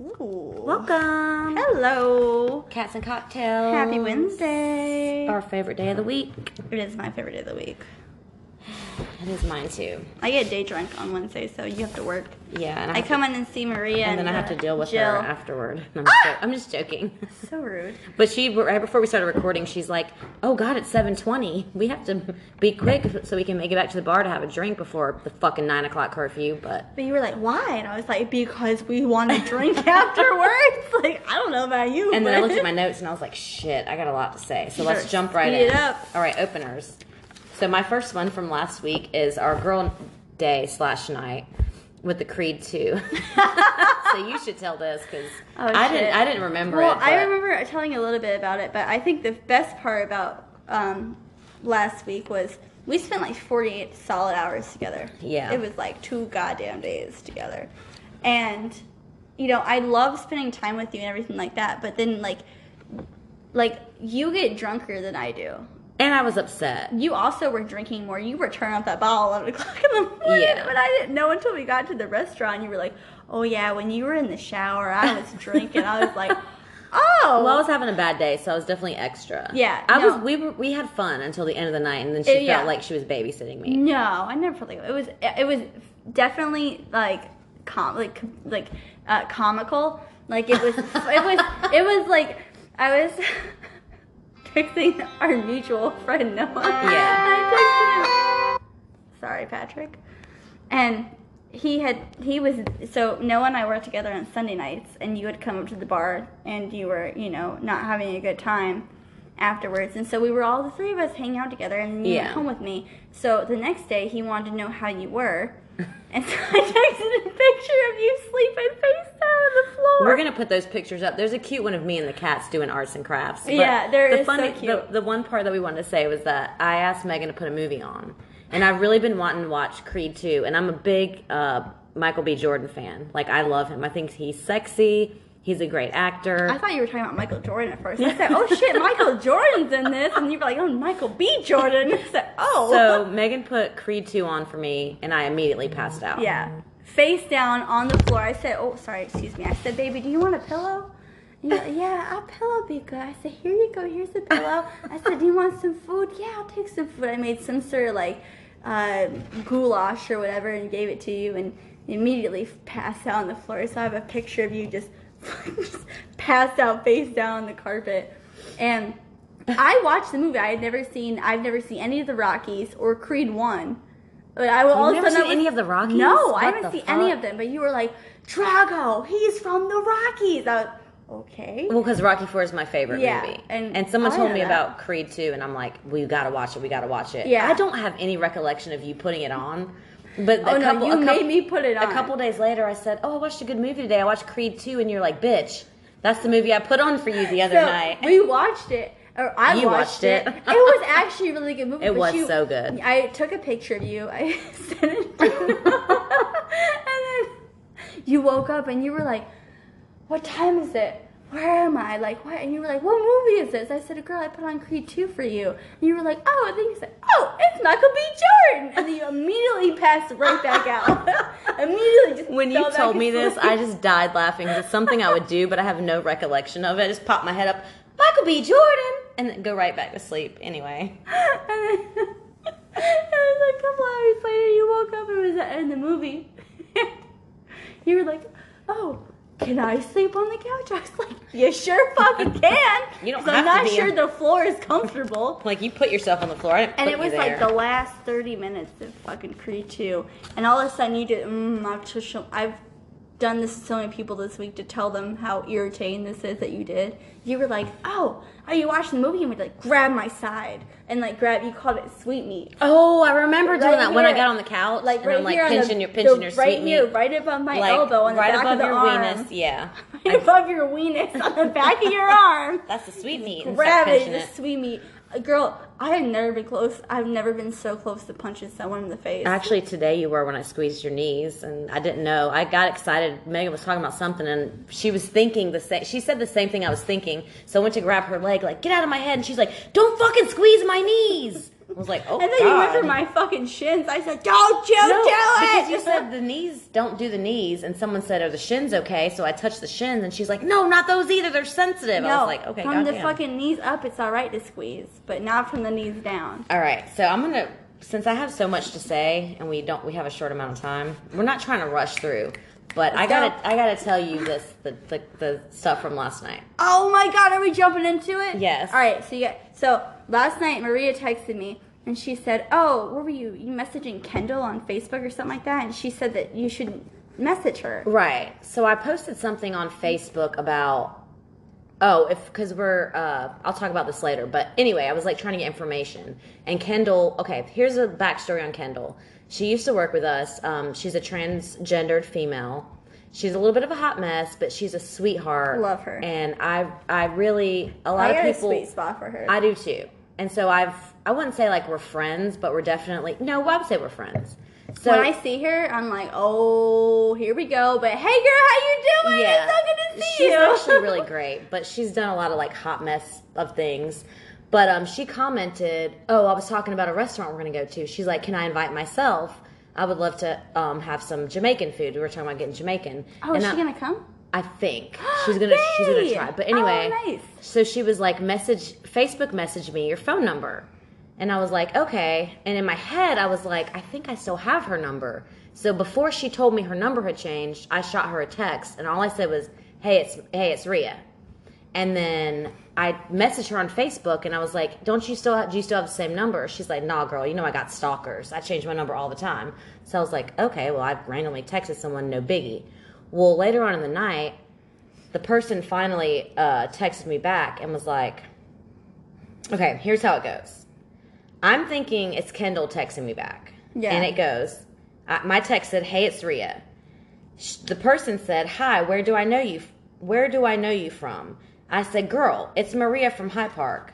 Ooh. Welcome. Hello. Cats and cocktails. Happy Wednesday. Our favorite day of the week. It is my favorite day of the week. It is mine too. I get day drunk on Wednesday, so you have to work. Yeah. And I, I have come in and see Maria, to, and, and then I have to uh, deal with Jill. her afterward. No, I'm, just jo- I'm just joking. So rude. But she right before we started recording, she's like, "Oh God, it's seven twenty. We have to be quick so we can make it back to the bar to have a drink before the fucking nine o'clock curfew." But But you were like, why? And I was like, because we want to drink afterwards. like, I don't know about you. and then I but- looked at my notes and I was like, "Shit, I got a lot to say." So You let's better jump right speed in. it up. All right, openers. So my first one from last week is our girl day slash night with the Creed two. so you should tell this because Oh, I shit. didn't. I didn't remember Well, it. I but- remember telling a little bit about it, but I think the best part about um, last week was we spent like 48 solid hours together. Yeah. It was like two goddamn days together. And, you know, I love spending time with you and everything like that, but then, like, like you get drunker than I do. And I was upset. You also were drinking more. You were turning off that bottle at 11 o'clock in the morning. Yeah. But I didn't know until we got to the restaurant. You were like, oh, yeah, when you were in the shower, I was drinking. I was like, oh. Well, I was having a bad day, so I was definitely extra. Yeah, I no. was. We were. We had fun until the end of the night, and then she Uh, felt yeah. like she was babysitting me. No, I never felt like it was. It was definitely like com like like uh, comical. Like it was. it was. It was like I was texting our mutual friend Noah. Yeah. I texted him. Sorry, Patrick. And he had he was so Noah and I worked together on Sunday nights, and you would come up to the bar, and you were you know not having a good time afterwards, and so we were all the three of us hanging out together, and then you Yeah. went home with me. So the next day, he wanted to know how you were, and so I texted a picture of you sleeping face down on the floor. We're gonna put those pictures up. There's a cute one of me and the cats doing arts and crafts. But Yeah, there the is so cute. The, the one part that we wanted to say was that I asked Megan to put a movie on, and I've really been wanting to watch Creed 2, and I'm a big uh, Michael B. Jordan fan. Like I love him. I think he's sexy. He's a great actor. I thought you were talking about Michael Jordan at first. I said, "Oh shit, Michael Jordan's in this," and you were like, "Oh, Michael B. Jordan." I said, "Oh." so Megan put Creed 2 on for me, and I immediately passed out. Yeah. Face down on the floor. I said, oh, sorry, excuse me. I said, baby, do you want a pillow? And he's like, yeah, a pillow would be good. I said, here you go. Here's the pillow. I said, do you want some food? Yeah, I'll take some food. I made some sort of like uh, goulash or whatever and gave it to you and immediately passed out on the floor. So I have a picture of you just, just passed out face down on the carpet. And I watched the movie. I had never seen, I've never seen any of the Rockies or Creed 1. But I will You've also never seen know- any of the Rockies? No, What I haven't the seen any fuck? of them. But you were like, Drago, he's from the Rockies. I was, okay. Well, because Rocky Four is my favorite Yeah, movie, and and, someone I told know me that. about Creed Two, and I'm like, we gotta watch it, we gotta watch it. Yeah. I don't have any recollection of you putting it on, but Oh a no, couple, you a couple, made me put it on. a couple days later, I said, oh, I watched a good movie today. I watched Creed Two, and you're like, bitch, that's the movie I put on for you the other so night. We watched it. Or I You watched, watched it. it. it was actually a really good movie. It but was you- so good. I took a picture of you. I sent it to you. and then you woke up and you were like, What time is it? Where am I? Like, what? And you were like, What movie is this? I said, Girl, I put on Creed 2 for you. And you were like, Oh, and then you said, Oh, it's Michael B. Jordan. And then you immediately passed right back out. immediately just when you fell back told me this, asleep. I just died laughing. It's something I would do, but I have no recollection of it. I just popped my head up, Michael B. Jordan, and then go right back to sleep. Anyway, and then it was a couple hours later you woke up and it was in the movie. you were like, oh, can I sleep on the couch? I was like, you sure fucking can. You don't 'Cause have I'm to not be sure in- the floor is comfortable. like you put yourself on the floor, I didn't And put it you was like there. the last 30 minutes of fucking Creed 2. And all of a sudden you did, mm, I've, to show, I've done this to so many people this week to tell them how irritating this is that you did. You were like, oh, are you watching the movie? And we'd like, grab my side. And like, grab, you called it sweet meat. Oh, I remember doing Right that when I here. got on the couch. Like and right I'm like here on the- pinching your pinching the- your right sweet here, meat. right above my like, elbow on the right back above of the your arm. weenus. Yeah. Right above your weenus on the back of your arm. That's the sweet meat. and start Grab it, pinching the sweet meat. Uh, Girl, I have never been close. I've never been so close to punching someone in the face. Actually, today you were when I squeezed your knees, and I didn't know. I got excited. Megan was talking about something, and she was thinking the same. She said the same thing I was thinking. So I went to grab her leg, like, get out of my head. And she's like, don't fucking squeeze my knees. I was like, oh, I thought you went God. for my fucking shins. I said, don't you No, do it! because you said the knees don't do the knees, and someone said, "Are the shins okay?" So I touched the shins, and she's like, "No, not those either. They're sensitive." I was like, "Okay, from the goddamn." fucking knees up, it's all right to squeeze, but not from the knees down. All right, so I'm gonna since I have so much to say, and we don't we have a short amount of time. We're not trying to rush through, but I gotta I gotta tell you this the the, the stuff from last night. Oh my god, are we jumping into it? Yes. All right, so you got, so last night Maria texted me and she said, "Oh, what were you you messaging Kendall on Facebook or something like that?" And she said that you should message her. Right. So I posted something on Facebook about oh, if because we're uh, I'll talk about this later. But anyway, I was like trying to get information. And Kendall, okay, here's a backstory on Kendall. She used to work with us. Um, she's a transgendered female. She's a little bit of a hot mess, but she's a sweetheart. Love her. And I, I really a I lot of got people a sweet spot for her. I do too. And so I've I wouldn't say like we're friends, but we're definitely no, I would say we're friends. So when I see her, I'm like, "Oh, here we go." But hey, girl, how you doing? It's so good to see she's you. actually really great, but she's done a lot of like hot mess of things. But um, she commented, "Oh, I was talking about a restaurant we're gonna go to." She's like, "Can I invite myself? I would love to um, have some Jamaican food." We were talking about getting Jamaican. oh, And is she I, gonna come? I think she's gonna she's gonna Yay! try. But anyway, Oh, nice. so she was like, "Message Facebook, message me your phone number," and I was like, "Okay." And in my head, I was like, "I think I still have her number." So before she told me her number had changed, I shot her a text, and all I said was, "Hey, it's hey, it's Ria." And then I messaged her on Facebook, and I was like, "Don't you still have, do you still have the same number?" She's like, "Nah, girl. You know I got stalkers. I change my number all the time." So I was like, "Okay, well I've randomly texted someone, no biggie." Well, later on in the night, the person finally uh, texted me back and was like, "Okay, here's how it goes." I'm thinking it's Kendall texting me back, Yeah. and it goes. I, my text said, "Hey, it's Ria." Sh- the person said, "Hi, where do I know you? f- Where do I know you from?" I said, "Girl, it's Maria from High Park."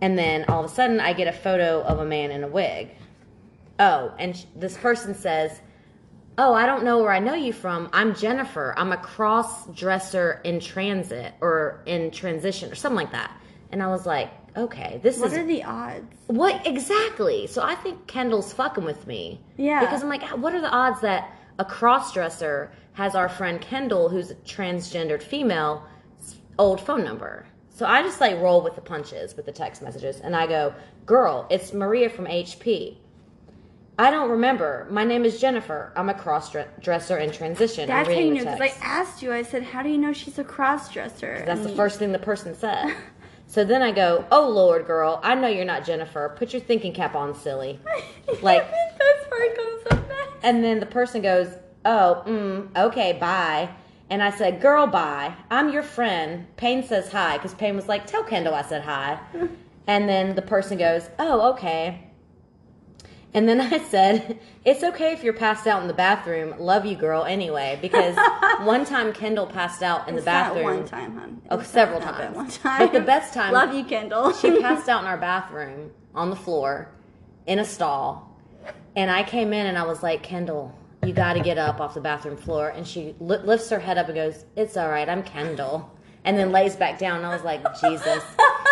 And then all of a sudden, I get a photo of a man in a wig. Oh, and sh- this person says, "Oh, I don't know where I know you from. I'm Jennifer. I'm a cross dresser in transit or in transition or something like that." And I was like, "Okay, this What is are the odds? what exactly?" So I think Kendall's fucking with me. Yeah. Because I'm like, what are the odds that a crossdresser has our friend Kendall, who's a transgendered female, s- old phone number? So I just like roll with the punches with the text messages, and I go, "Girl, it's Maria from HP." I don't remember. My name is Jennifer. I'm a crossdresser in transition. I'm That's how reading you the know because I text. asked you. I said, "How do you know she's a Mm. cross dresser?" That's the first thing the person said. So then I go, "Oh Lord, girl, I know you're not Jennifer. Put your thinking cap on, silly." like- that's where it comes up next. And then the person goes, Oh, mm, okay, bye. And I said, Girl, bye. I'm your friend. Payne says hi because Payne was like, Tell Kendall I said hi. and then the person goes, Oh, okay. And then I said, It's okay if you're passed out in the bathroom. Love you, girl, anyway. Because one time Kendall passed out in the It's not bathroom. one time, hon. Oh, It's several not that times. One time. But the best time- Love you, Kendall. She passed out in our bathroom on the floor in a stall. And I came in and I was like, Kendall, you got to get up off the bathroom floor. And she li- lifts her head up and goes, It's all right, I'm Kendall. And then lays back down. And I was like, Jesus.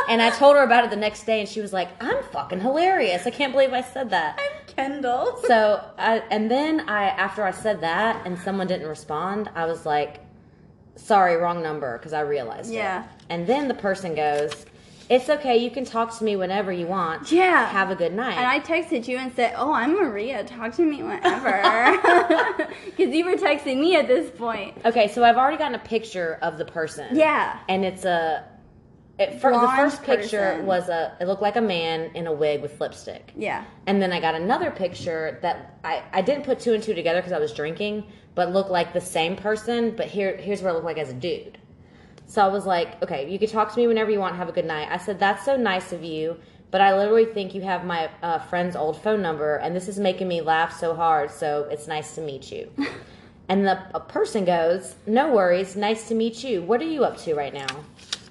And I told her about it the next day. And she was like, I'm fucking hilarious. I can't believe I said that. Kendall. So, I, and then I, after I said that and someone didn't respond, I was like, sorry, wrong number, because I realized it. Yeah. And then the person goes, it's okay, you can talk to me whenever you want. Yeah. Have a good night. And I texted you and said, "Oh, I'm Maria. Talk to me whenever," because you were texting me at this point. okay, so I've already gotten a picture of the person. Yeah. And it's a, it, fir- the Blonde first picture person. was a, it looked like a man in a wig with lipstick. Yeah. And then I got another picture that I, I didn't put two and two together because I was drinking, but looked like the same person. But here here's what I look like as a dude. So I was like, okay, you can talk to me whenever you want. Have a good night. I said that's so nice of you, but I literally think you have my uh, friend's old phone number, and this is making me laugh so hard. So it's nice to meet you. and the a person goes, no worries. Nice to meet you. What are you up to right now?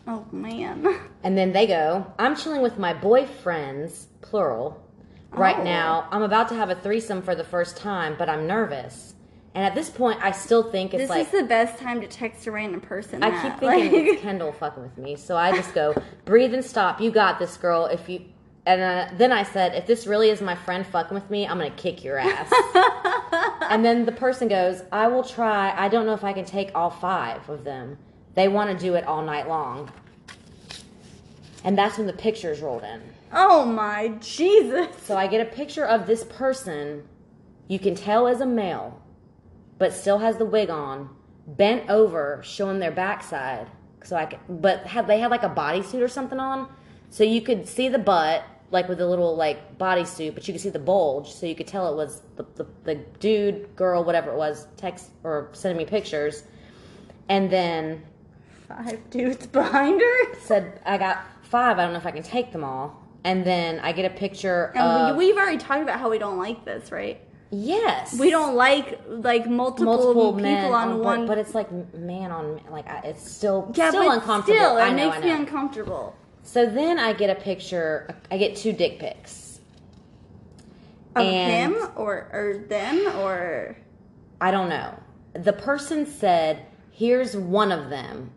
Oh man. And then they go, I'm chilling with my boyfriends, plural, right Oh. now. I'm about to have a threesome for the first time, but I'm nervous. And at this point, I still think it's This like, is the best time to text a random person. I that. keep thinking Like- it's Kendall fucking with me. So I just go, breathe and stop. You got this, girl. If you, And uh, then I said, if this really is my friend fucking with me, I'm gonna kick your ass. and then the person goes, I will try. I don't know if I can take all five of them. They want to do it all night long. And that's when the pictures rolled in. Oh my Jesus. So I get a picture of this person, you can tell is a male, but still has the wig on, bent over, showing their backside. So I could, but had they had like a bodysuit or something on, so you could see the butt, like with a little like bodysuit, but you could see the bulge, so you could tell it was the, the, the dude, girl, whatever it was, text or sending me pictures, and then Five dudes behind her. said I got five. I don't know if I can take them all. And then I get a picture And of we, we've already talked about how we don't like this, right? yes, We don't like like multiple, multiple people men on, on- but- one. but, it's like man on man, like I, it's still yeah, still but uncomfortable. Still, it I know, makes I me know. uncomfortable. so then I get a picture. I get two dick pics. Of And- him or or them or I don't know. The person said, "Here's one of them."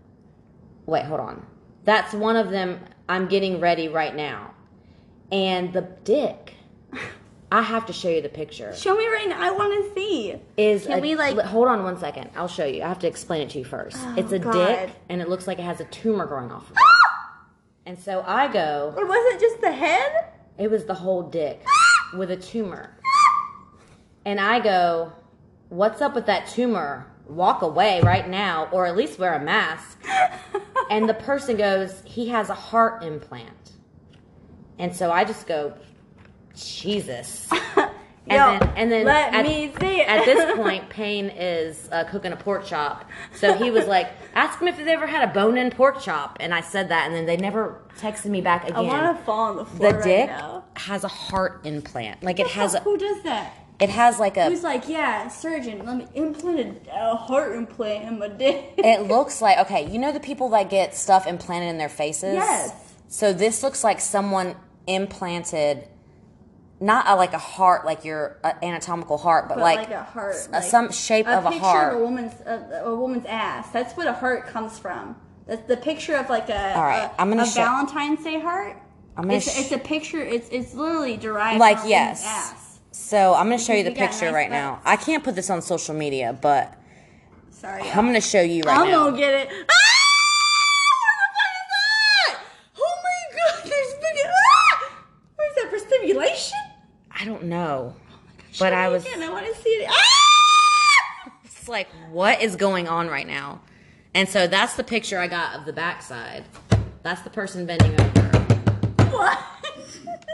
Wait, hold on. That's one of them. I'm getting ready right now, and the dick. I have to show you the picture. show me right now. I want to see. is Can a- we, like- li- hold on one second i'll show you i have to explain it to you first Oh, it's a God. dick and it looks like it has a tumor growing off of it and so i go Or was it just the head? it was the whole dick with a tumor and i go what's up with that tumor walk away right now or at least wear a mask and the person goes he has a heart implant and so i just go jesus And Yo, then, and then let at, me see it. at this point, Payne is uh, cooking a pork chop. So he was like, ask him if they've ever had a bone in pork chop. And I said that, and then they never texted me back I again. want to fall on the the floor right dick now. has a heart implant. Like it has a, Who does that? it has like a, Who's like, yeah, surgeon, let me implant a, a heart implant in my dick. it looks like, okay, you know the people that get stuff implanted in their faces? Yes. So this looks like someone implanted, not a, like a heart, like your uh, anatomical heart, but, but like, a heart, like some shape of a picture heart. of a woman's a, a woman's ass. That's what a heart comes from. That's the picture of like a All right, a, I'm gonna a show- Valentine's Day heart. I'm gonna it's, sh- it's a picture. It's it's literally derived Like, from yes. a woman's ass. So I'm gonna show you the You got picture nice right now. I can't put this on social media, but Sorry, I'm gonna show you right I'm now. gonna get it. Ah! What the fuck is that? Oh my god, there's fucking ah! What is that for stimulation? I don't know. Oh my God, But show I me was- Again. I want to see it. Ah! It's like what is going on right now? And so that's the picture I got of the backside. That's the person bending over. What?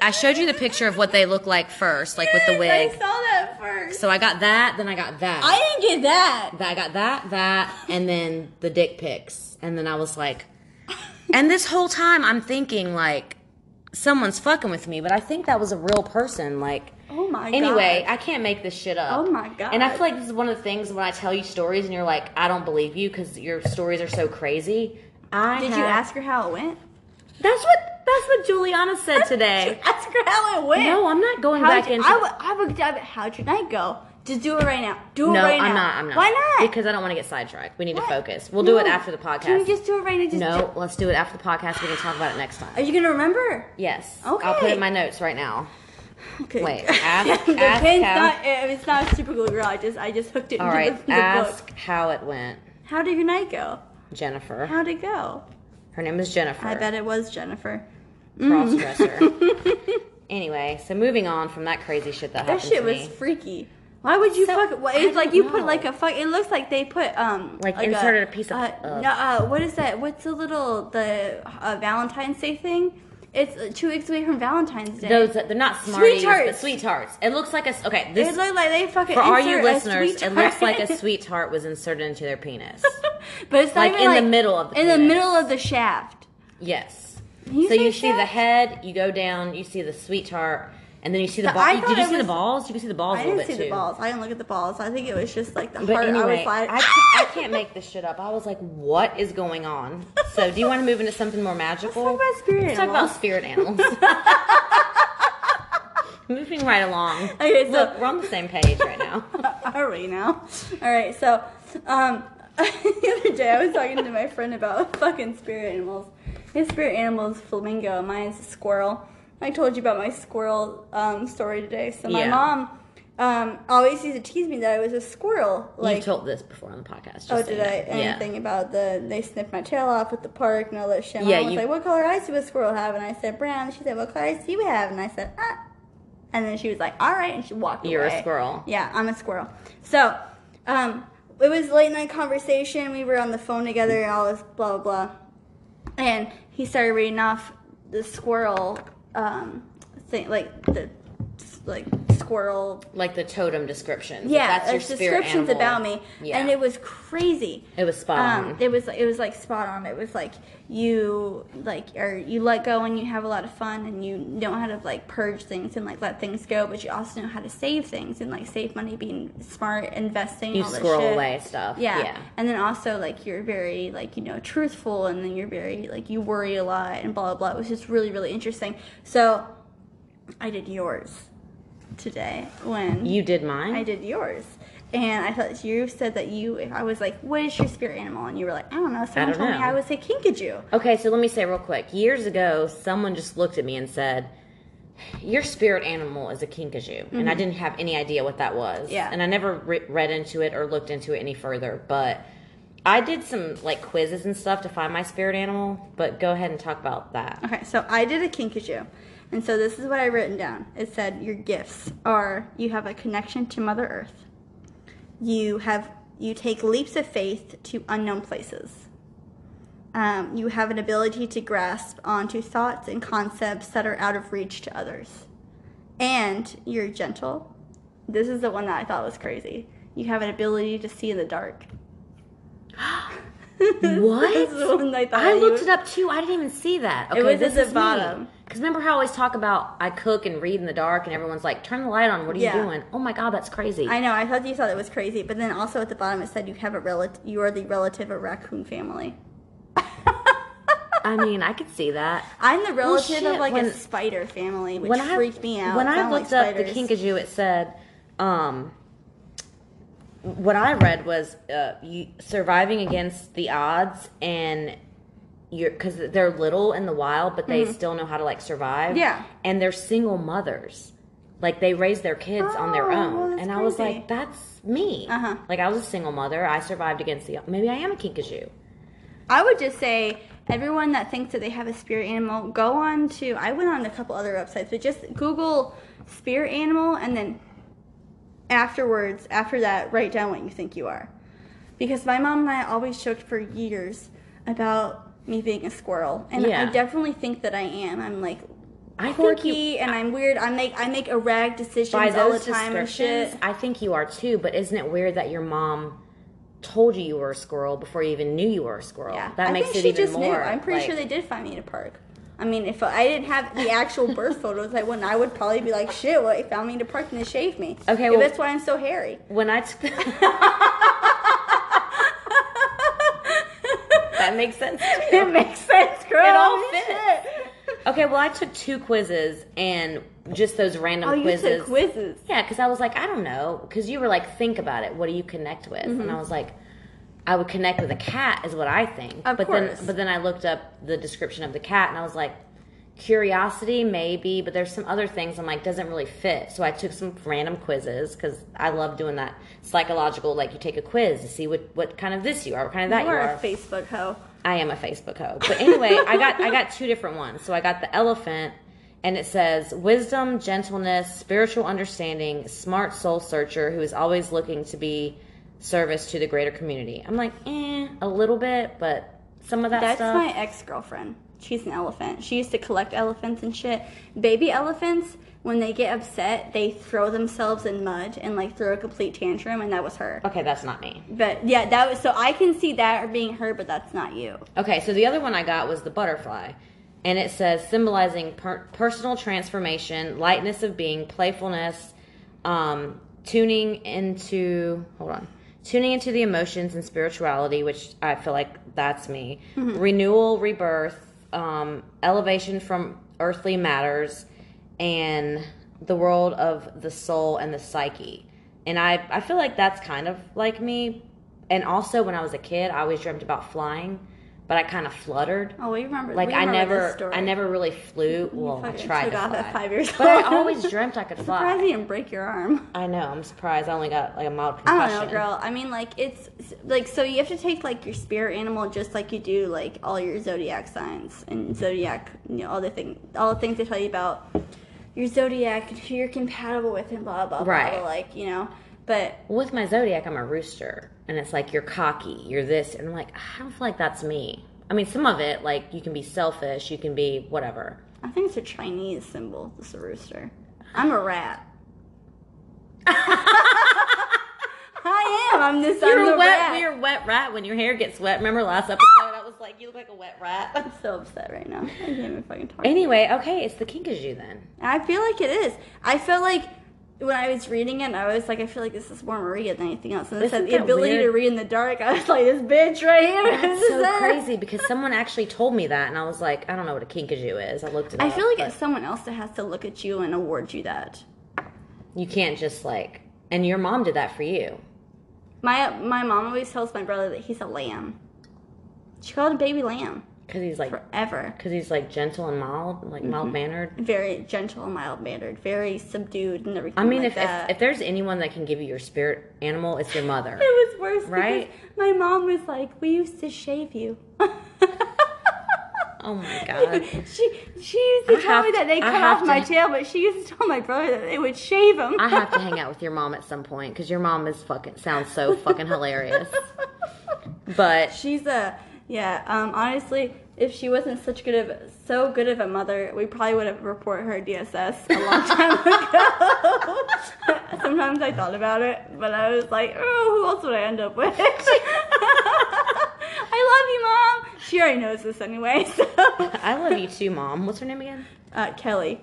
I showed you the picture of what they look like first, like with the Yes, I saw wig. that first. So I got that, then I got that. I didn't get that. that I got that, that, and then the dick pics. And then I was like, and this whole time I'm thinking like someone's fucking with me, but I think that was a real person. Like, Oh my god. anyway, I can't make this shit up. Oh my God. And I feel like this is one of the things when I tell you stories and you're like, I don't believe you because your stories are so crazy. I did have- you ask her how it went? That's what that's what Juliana said today. ask her how it went. no, I'm not going How'd back you, into. I would, I would, I would, how'd your night go? Just do it right now. Do it no, right now. I'm not. I'm not. Why not? Because I don't want to get sidetracked. We need What? to focus. We'll do No. it after the podcast. Can we just do it right now? Just No, do- let's do it after the podcast. We can talk about it next time. are you gonna remember? Yes. Okay. I'll put it in my notes right now. Okay. Wait, ask- the ask pen's how- not. it- It's not super glue girl. I just, I just hooked it All into right. the, the Ask book. how it went, How did your night go? Jennifer. How'd it go? Her name is Jennifer. I bet it was Jennifer. Crossdresser. anyway, so moving on from that crazy shit that Mm. That happened shit to was me. freaky. Why would you So, fuck? Why, I it's like don't you put know. like a fuck. It looks like they put um Like, inserted a piece of- uh, of- no uh what is that? What's the little the uh, Valentine's Day thing? It's uh, two weeks away from Valentine's Day. Those they're not Smarties, Sweet tarts. but sweet tarts. It looks like a s- okay. it This looked like they fucking for all insert you a listeners, sweet it looks like a tart. sweet tart was inserted into their penis. but it's not like, even in the like middle of the in the penis. middle of the shaft. yes. Can you so say you see the shaft? head, you go down, you see the sweet tart, and then you see the So ball. I Did thought you it see the was- balls? You can see the balls I a little didn't see bit the too. balls. I didn't look at the balls. I think it was just like the But heart. I anyway, was like, I, can't, I can't make this shit up. I was like, what is going on? So, do you want to move into something more magical? Let's talk about spirit Let's talk about animals. spirit animals. Moving right along. Okay, so- Look, we're on the same page right now. Are we now? All right. So, um, the other day I was talking to my friend about fucking spirit animals. His spirit animal is flamingo. and Mine is a squirrel. I told you about my squirrel um, story today. So my Yeah. mom um, always used to tease me that I was a squirrel. Like, You've told this before on the podcast. just oh, so did you know. I anything about the they sniffed my tail off at the park and all that shit? My Yeah, mom was you- like, "What color eyes do a squirrel have?" And I said brown. And she said, "What color eyes do you have?" And I said, "Ah." And then she was like, "All right," and she walked You're a away. squirrel. Yeah, I'm a squirrel. So, um, it was late night conversation. We were on the phone together and all this blah blah blah. And he started reading off the squirrel um, thing, like the like squirrel. Like the totem descriptions. Yeah, that's your there's spirit descriptions animal. about me, Yeah. and it was crazy. It was spot Um, on. it was it was like spot on. It was like you like or you let go and you have a lot of fun and you know how to like purge things and like let things go, but you also know how to save things and like save money, being smart, investing. you all that squirrel shit. away stuff. Yeah. Yeah. and then also like you're very like you know truthful, and then you're very like you worry a lot and blah blah blah. It was just really really interesting. So I did yours today when You did mine. I did yours. And I thought you said that you, if I was like, what is your spirit animal? And you were like, I don't know. Someone don't told me know. I would say kinkajou. Okay, so let me say real quick. Years ago, someone just looked at me and said, "Your spirit animal is a kinkajou," and I didn't have any idea what that was. Mm-hmm. Yeah. and I never re- read into it or looked into it any further. But I did some like quizzes and stuff to find my spirit animal. But go ahead and talk about that. Okay, so I did a kinkajou. And so this is what I written down. It said, your gifts are you have a connection to Mother Earth. You have, you take leaps of faith to unknown places. Um, you have an ability to grasp onto thoughts and concepts that are out of reach to others. And you're gentle. This is the one that I thought was crazy. You have an ability to see in the dark. What? this is the one I thought. I looked it up too. I didn't even see that. Okay, was at this the is me. bottom. Cause remember how I always talk about I cook and read in the dark, and everyone's like, "Turn the light on. What are Yeah. you doing?" Oh my god, that's crazy. I know. I thought you thought it was crazy, but then also at the bottom it said you have a relative. You are the relative of raccoon family. I mean, I could see that. I'm the relative shit, of like when- a spider family, which when I freaked me out. When I I don't looked like up the spiders. kinkajou, it said, um, what I read was uh, you, surviving against the odds and you're because they're little in the wild, but they still know how to like survive. Mm-hmm. Yeah. and they're single mothers. Like they raise their kids on their Oh, own, well, that's and I was crazy. like, "That's me." Uh-huh. Like I was a single mother. I survived against the. Maybe I am a kinkajou. I would just say everyone that thinks that they have a spirit animal, go on to. I went on a couple other websites, but just Google spirit animal and then afterwards, after that, write down what you think you are. Because my mom and I always joked for years about me being a squirrel, and Yeah. I definitely think that I am. I'm like I think quirky you and I'm weird. I make I make erratic decisions by all the those time and descriptions, shit. I think you are too. But isn't it weird that your mom told you you were a squirrel before you even knew you were a squirrel? Yeah, That I makes think it she even just more. Knew. I'm pretty like- sure they did find me in a park. I mean, if I didn't have the actual birth photos, I wouldn't. I would probably be like, "Shit, well, they found me in a park and they shaved me." Okay, Maybe well- that's why I'm so hairy. when I took that makes sense. too. It makes sense, girl. It all Holy fits. shit. Okay, well, I took two quizzes and just those random Oh, you quizzes. took quizzes. Yeah, because I was like, I don't know, because you were like, think about it. What do you connect with? And Mm-hmm. I was like, I would connect with a cat is what I think. Of but course. then, but then I looked up the description of the cat, and I was like, curiosity maybe, but there's some other things I'm like doesn't really fit. So I took some random quizzes because I love doing that psychological. Like you take a quiz to see what what kind of this you are, what kind of that You you, are are. a Facebook hoe. I am a Facebook hoe. But anyway, I got I got two different ones. So I got the elephant and it says wisdom, gentleness, spiritual understanding, smart soul searcher who is always looking to be service to the greater community. I'm like, eh, a little bit, but some of that That's stuff. my ex girlfriend. She's an elephant. She used to collect elephants and shit. Baby elephants, when they get upset, they throw themselves in mud and like throw a complete tantrum, and that was her. okay, that's not me. But yeah, that was so I can see that or being her, but that's not you. Okay, so the other one I got was the butterfly. And it says symbolizing per- personal transformation, lightness of being, playfulness, um, tuning into, hold on, tuning into the emotions and spirituality, which I feel like that's me, renewal, rebirth, um, elevation from earthly matters, and the world of the soul and the psyche. And I, I feel like that's kind of like me. And also, when I was a kid, I always dreamt about flying, but but I kind of fluttered. Oh, we remember. Like we I remember this never, story. I never really flew. Well, I fucking tried took to off fly. at five years but I old. always dreamt I could fly. Surprised you didn't break your arm. I know. I'm surprised. I only got like a mild I concussion. don't know, girl. I mean, like it's like so you have to take like your spirit animal just like you do like all your zodiac signs and zodiac, you know, all the thing, all the things they tell you about your zodiac and who you're compatible with and blah blah blah. Right. blah like you know, but Well, With my zodiac, I'm a rooster, and it's like you're cocky, you're this, and I'm like, I don't feel like that's me. I mean, some of it, like you can be selfish, you can be whatever. I think it's a Chinese symbol. This rooster. I'm a rat. I am. I'm this. You're I'm the a wet, rat. you're a wet rat when your hair gets wet. Remember last episode, I was like, you look like a wet rat. I'm so upset right now. I can't even fucking talk. Anyway, okay, it's the kinkajou then. I feel like it is. I felt like when I was reading it, I was like, I feel like this is more Maria than anything else. And it Isn't said the that ability to weird? read in the dark. I was like, this bitch right here. That's this is so her. crazy because someone actually told me that, and I was like, I don't know what a kinkajou is. I looked it I up, feel like but it's someone else that has to look at you and award you that. you can't just like. And your mom did that for you. My my mom always tells my brother that he's a lamb. She called him baby lamb Because he's like, forever. because he's like gentle and mild, like mild mannered. Very gentle and mild mannered, very subdued and everything. I mean, like if, that. if if there's anyone that can give you your spirit animal, it's your mother. It was worse Right? because my mom was like, "We used to shave you." Oh my god. she she used to I tell have me that they to- I cut have off my to- tail, but she used to tell my brother that they would shave him. I have to hang out with your mom at some point because your mom is fucking sounds so fucking hilarious. But She's a yeah. Um, honestly, if she wasn't such good of so good of a mother, we probably would have reported her DSS a long time ago. Sometimes I thought about it, but I was like, oh, who else would I end up with? I love you, mom. She already knows this anyway. So I love you too, mom. What's her name again? uh, Kelly.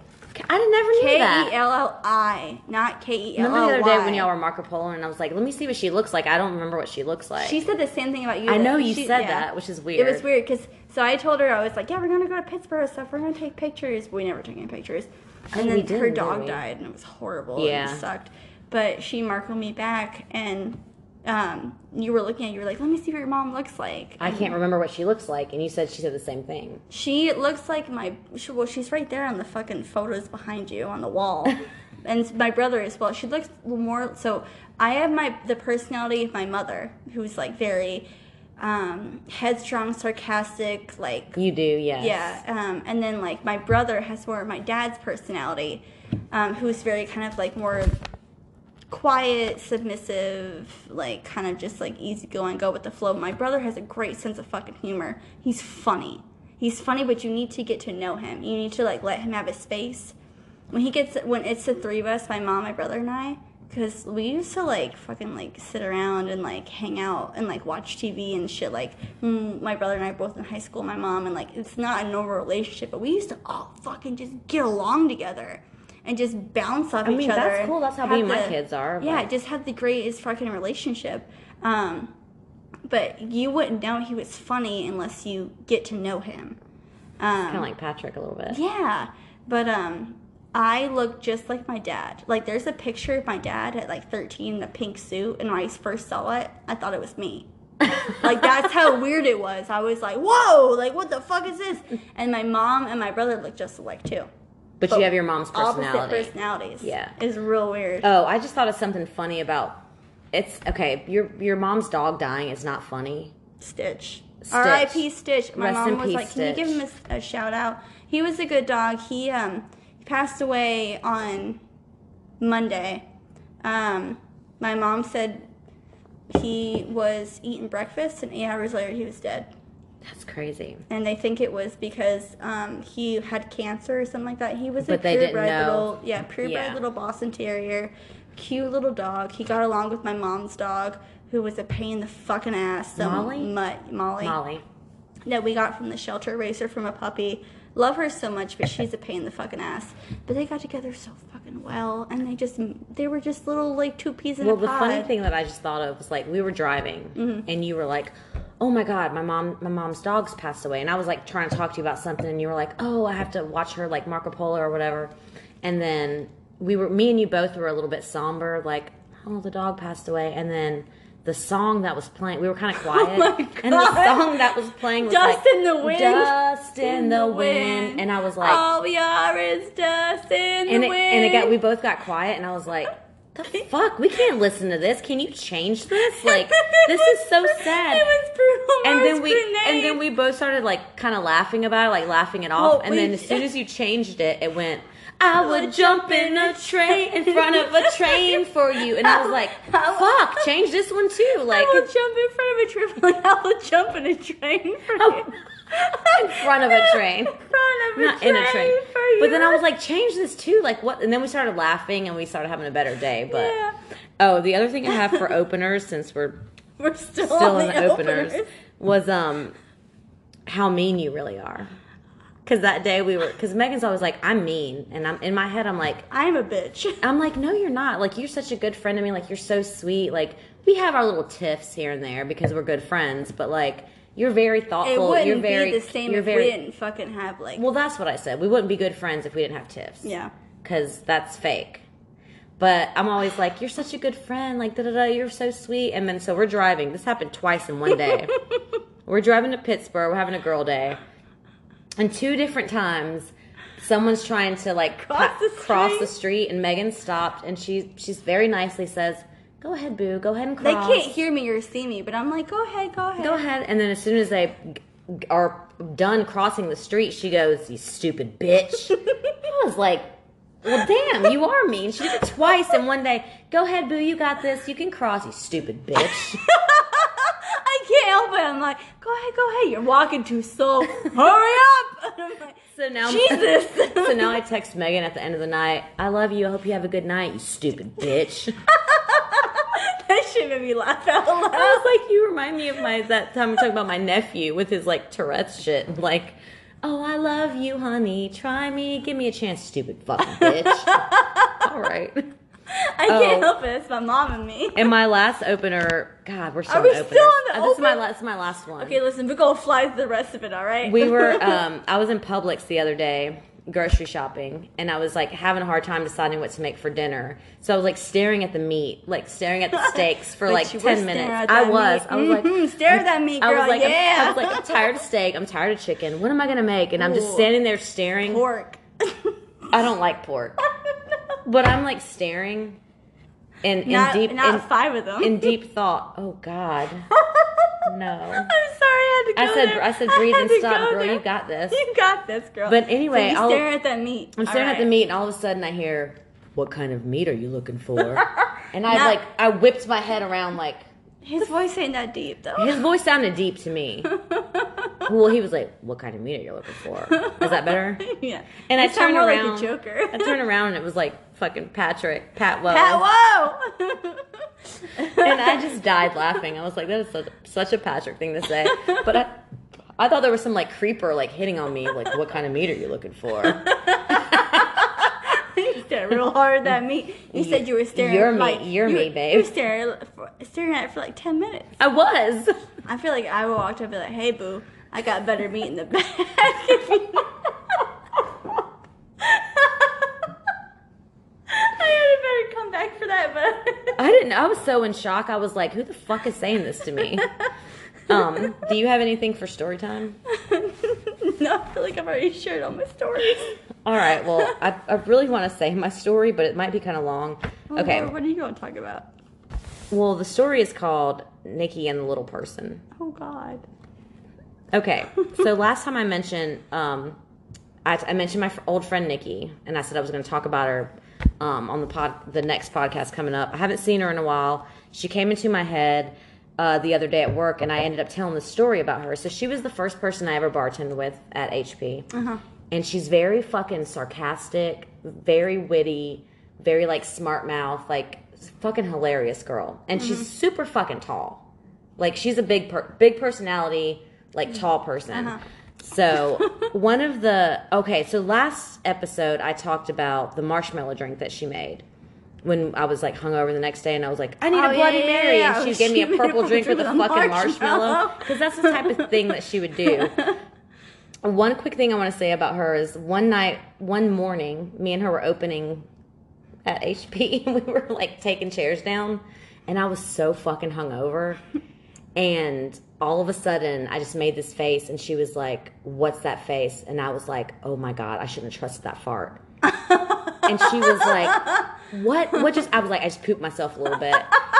I didn't- never knew K E that. Oh, L L I, not K E L L Y. Remember the other day when y'all were Marco Polo and I was like, let me see what she looks like. I don't remember what she looks like. She said the same thing about you. I that know you she- said yeah. that, which is weird. It was weird because so I told her I was like, "Yeah, we're gonna go to Pittsburgh and stuff. We're gonna take pictures." But we never took any pictures, Oh, and we then didn't, her did dog we? died, and it was horrible. Yeah. and it sucked. But she marked me back, and um, you were looking at you were like, "Let me see what your mom looks like." I can't remember what she looks like, and you said she said the same thing. She looks like my. She, well, she's right there on the fucking photos behind you on the wall, and my brother as well. She looks more. So I have my the personality of my mother, who's like very um, headstrong, sarcastic, like You do, yes. yeah. Um, and then like my brother has more of my dad's personality, um, who's very kind of like more quiet, submissive, like kind of just like easygoing, go with the flow. My brother has a great sense of fucking humor. He's funny. He's funny, but you need to get to know him. You need to like let him have his space. When he gets when it's the three of us, my mom, my brother, and I. Cause we used to like fucking like sit around and like hang out and like watch TV and shit. Like mm, my brother and I both in high school. My mom and like it's not a normal relationship, but we used to all fucking just get along together and just bounce off I each mean, other. that's and cool. That's how have me and my the- kids are. yeah, but- just had the greatest fucking relationship. Um, but you wouldn't know he was funny unless you get to know him. Um, Kind of like Patrick a little bit. yeah, but um, I look just like my dad. Like, there's a picture of my dad at like 13 in a pink suit, and when I first saw it, I thought it was me. like that's how weird it was. I was like, "Whoa! Like, what the fuck is this?" And my mom and my brother look just alike too. But you have your mom's Opposite personality. personalities. Yeah. it's real weird. Oh, I just thought of something funny about. It's okay. Your your mom's dog dying is not funny. Stitch. Stitch. R.I.P. Stitch. My Rest mom in was peace, like, "Can you give him a, a shout out?" He was a good dog. He um he passed away on Monday. Um, my mom said he was eating breakfast, and eight hours later he was dead. That's crazy. And they think it was because um, he had cancer or something like that. He was a But they didn't purebred know. little yeah purebred Yeah. little Boston Terrier, cute little dog. He got along with my mom's dog, who was a pain in the fucking ass. So Molly? mu- Molly Molly. that we got from the shelter, raised her from a puppy. Love her so much, but she's a pain in the fucking ass. But they got together so fucking well, and they just they were just little like two peas in Well, a the pod. Mm-hmm. funny thing that I just thought of was like we were driving and you were like, "Oh my god, my mom, my mom's dog's passed away," and I was like trying to talk to you about something, and you were like, "Oh, I have to watch her like Marco Polo or whatever," and then we were, me and you both were a little bit somber, like, "Oh, the dog passed away," and then the song that was playing, we were kind of quiet, Oh my and the God. song that was playing was Dust like, in the wind. dust in the wind, and I was like, all we are is dust in and the it, wind. and it got we both got quiet and i was like the fuck we can't listen to this can you change this like this It is so was bru- It sad was brutal. and then Mars we grenade. and then we both started like kind of laughing about it like laughing it off Well, and we- then as soon as you changed it it went I would jump in a train in front of a train for you, and I was like, I will- "Fuck, change this one too!" Like I will jump in front of a train. I will jump in a train for you. in front of a train. In front of a not train. in a train. For you. But then I was like, change this too. Like what? And then we started laughing and we started having a better day. But Yeah. oh, the other thing I have for openers, since we're we're still, still on in the the openers, was um how mean you really are. Because that day we were, because Megan's always like, I'm mean, and I'm in my head, I'm like. I'm a bitch. I'm like, no, you're not. Like, you're such a good friend to me. Like, you're so sweet. Like, we have our little tiffs here and there because we're good friends. But like, you're very thoughtful. It wouldn't you're very, be the same you're if very we didn't fucking have like. well, that's what I said. We wouldn't be good friends if we didn't have tiffs. yeah. Because that's fake. But I'm always like, you're such a good friend. Like, da da da, you're so sweet. And then, so we're driving. This happened twice in one day. we're driving to Pittsburgh. We're having a girl day. And two different times, someone's trying to, like, Cross the cross street. the street. And Megan stopped. And she, she's very nicely says, go ahead, boo. Go ahead and They cross. can't hear me or see me, but I'm like, go ahead, go ahead. Go ahead. And then as soon as they g- are done crossing the street, she goes, "You stupid bitch." I was like, "Well, damn, you are mean." She did it twice in one day. Go ahead, boo. You got this. You can cross. You stupid bitch. I can't help it. I'm like, go ahead, go ahead. You're walking too slow. Hurry up. And I'm like, So now, Jesus. so now I text Megan at the end of the night. I love you. I hope you have a good night. You stupid bitch. that shit made me laugh out loud. I was like, you remind me of my that time we talked about my nephew with his like Tourette's shit. Like, oh, I love you, honey. Try me. Give me a chance, stupid fucking bitch. All right. I can't Oh. help it. It's my mom and me. And my last opener. God, we're still Are we on still openers. on the Uh, this is my open- last. This is my last one. Okay, listen, we're gonna fly through the rest of it, all right? we were um, i was in publix the other day grocery shopping and i was like having a hard time deciding what to make for dinner so i was like staring at the meat like staring at the steaks for But like you were 10 minutes staring at i that was meat. i was like Mhm, stare at that meat, girl. I was like, I'm- yeah. I was like, I'm tired of steak. I'm tired of chicken. What am I gonna make? And I'm Ooh. just standing there staring. pork. I don't like pork, but I'm like staring, and in not deep, not in, five of them. in deep thought. Oh God, no. I'm sorry, I had to go I said, there. I said, had breathe and to stop, go girl. there. You got this. You got this, girl. But anyway, so you I'll- staring at that meat. I'm staring at the Alright. meat, and all of a sudden I hear, "What kind of meat are you looking for?" and I Not- like, I whipped my head around. Like His voice ain't that deep though. his voice sounded deep to me. well, he was like, "What kind of meat are you looking for?" Is that better? yeah. And I You sound turned more around. like the Joker. I turned around, and it was like fucking Patrick Patwell. Pat, whoa! and I just died laughing. I was like, "That is such, such a Patrick thing to say," but I. I thought there was some like creeper like hitting on me like what kind of meat are you looking for? you stared real hard at that meat. You said you were staring. You're at me- like, you're you me, were- babe. You were staring, for, staring at it for like ten minutes. I was. I feel like I would walk up and be like, "Hey, boo, I got better meat in the bag." I had a better comeback for that, but I didn't. I was so in shock. I was like, "Who the fuck is saying this to me?" Um, do you have anything for story time? no, I feel like I've already shared all my stories. All right. Well, I, I really want to say my story, but it might be kind of long. Oh, Okay. Lord, what are you going to talk about? Well, the story is called Nikki and the Little Person. Oh God. Okay. So last time I mentioned, um, I, I mentioned my fr- old friend Nikki, and I said I was going to talk about her um, on the pod, the next podcast coming up. I haven't seen her in a while. She came into my head uh, the other day at work, and I ended up telling the story about her. So she was the first person I ever bartended with at HP, and she's very fucking sarcastic, very witty, very like smart mouth, like fucking hilarious girl, and she's super fucking tall. Like she's a big per- big personality, like tall person. Uh-huh. So one of the okay, so last episode I talked about the marshmallow drink that she made when I was like hungover the next day and I was like, I need Oh, a yeah, Bloody yeah, Mary, yeah, yeah. and she gave me a purple drink with a fucking marshmallow marshmallow. because that's the type of thing that she would do. One quick thing I want to say about her is one night, one morning, me and her were opening at HP and we were like taking chairs down and I was so fucking hungover. and all of a sudden, I just made this face, and she was like, "What's that face?" And I was like, "Oh my god, I shouldn't trust that fart." and she was like, "What? What just?" I was like, "I just pooped myself a little bit,"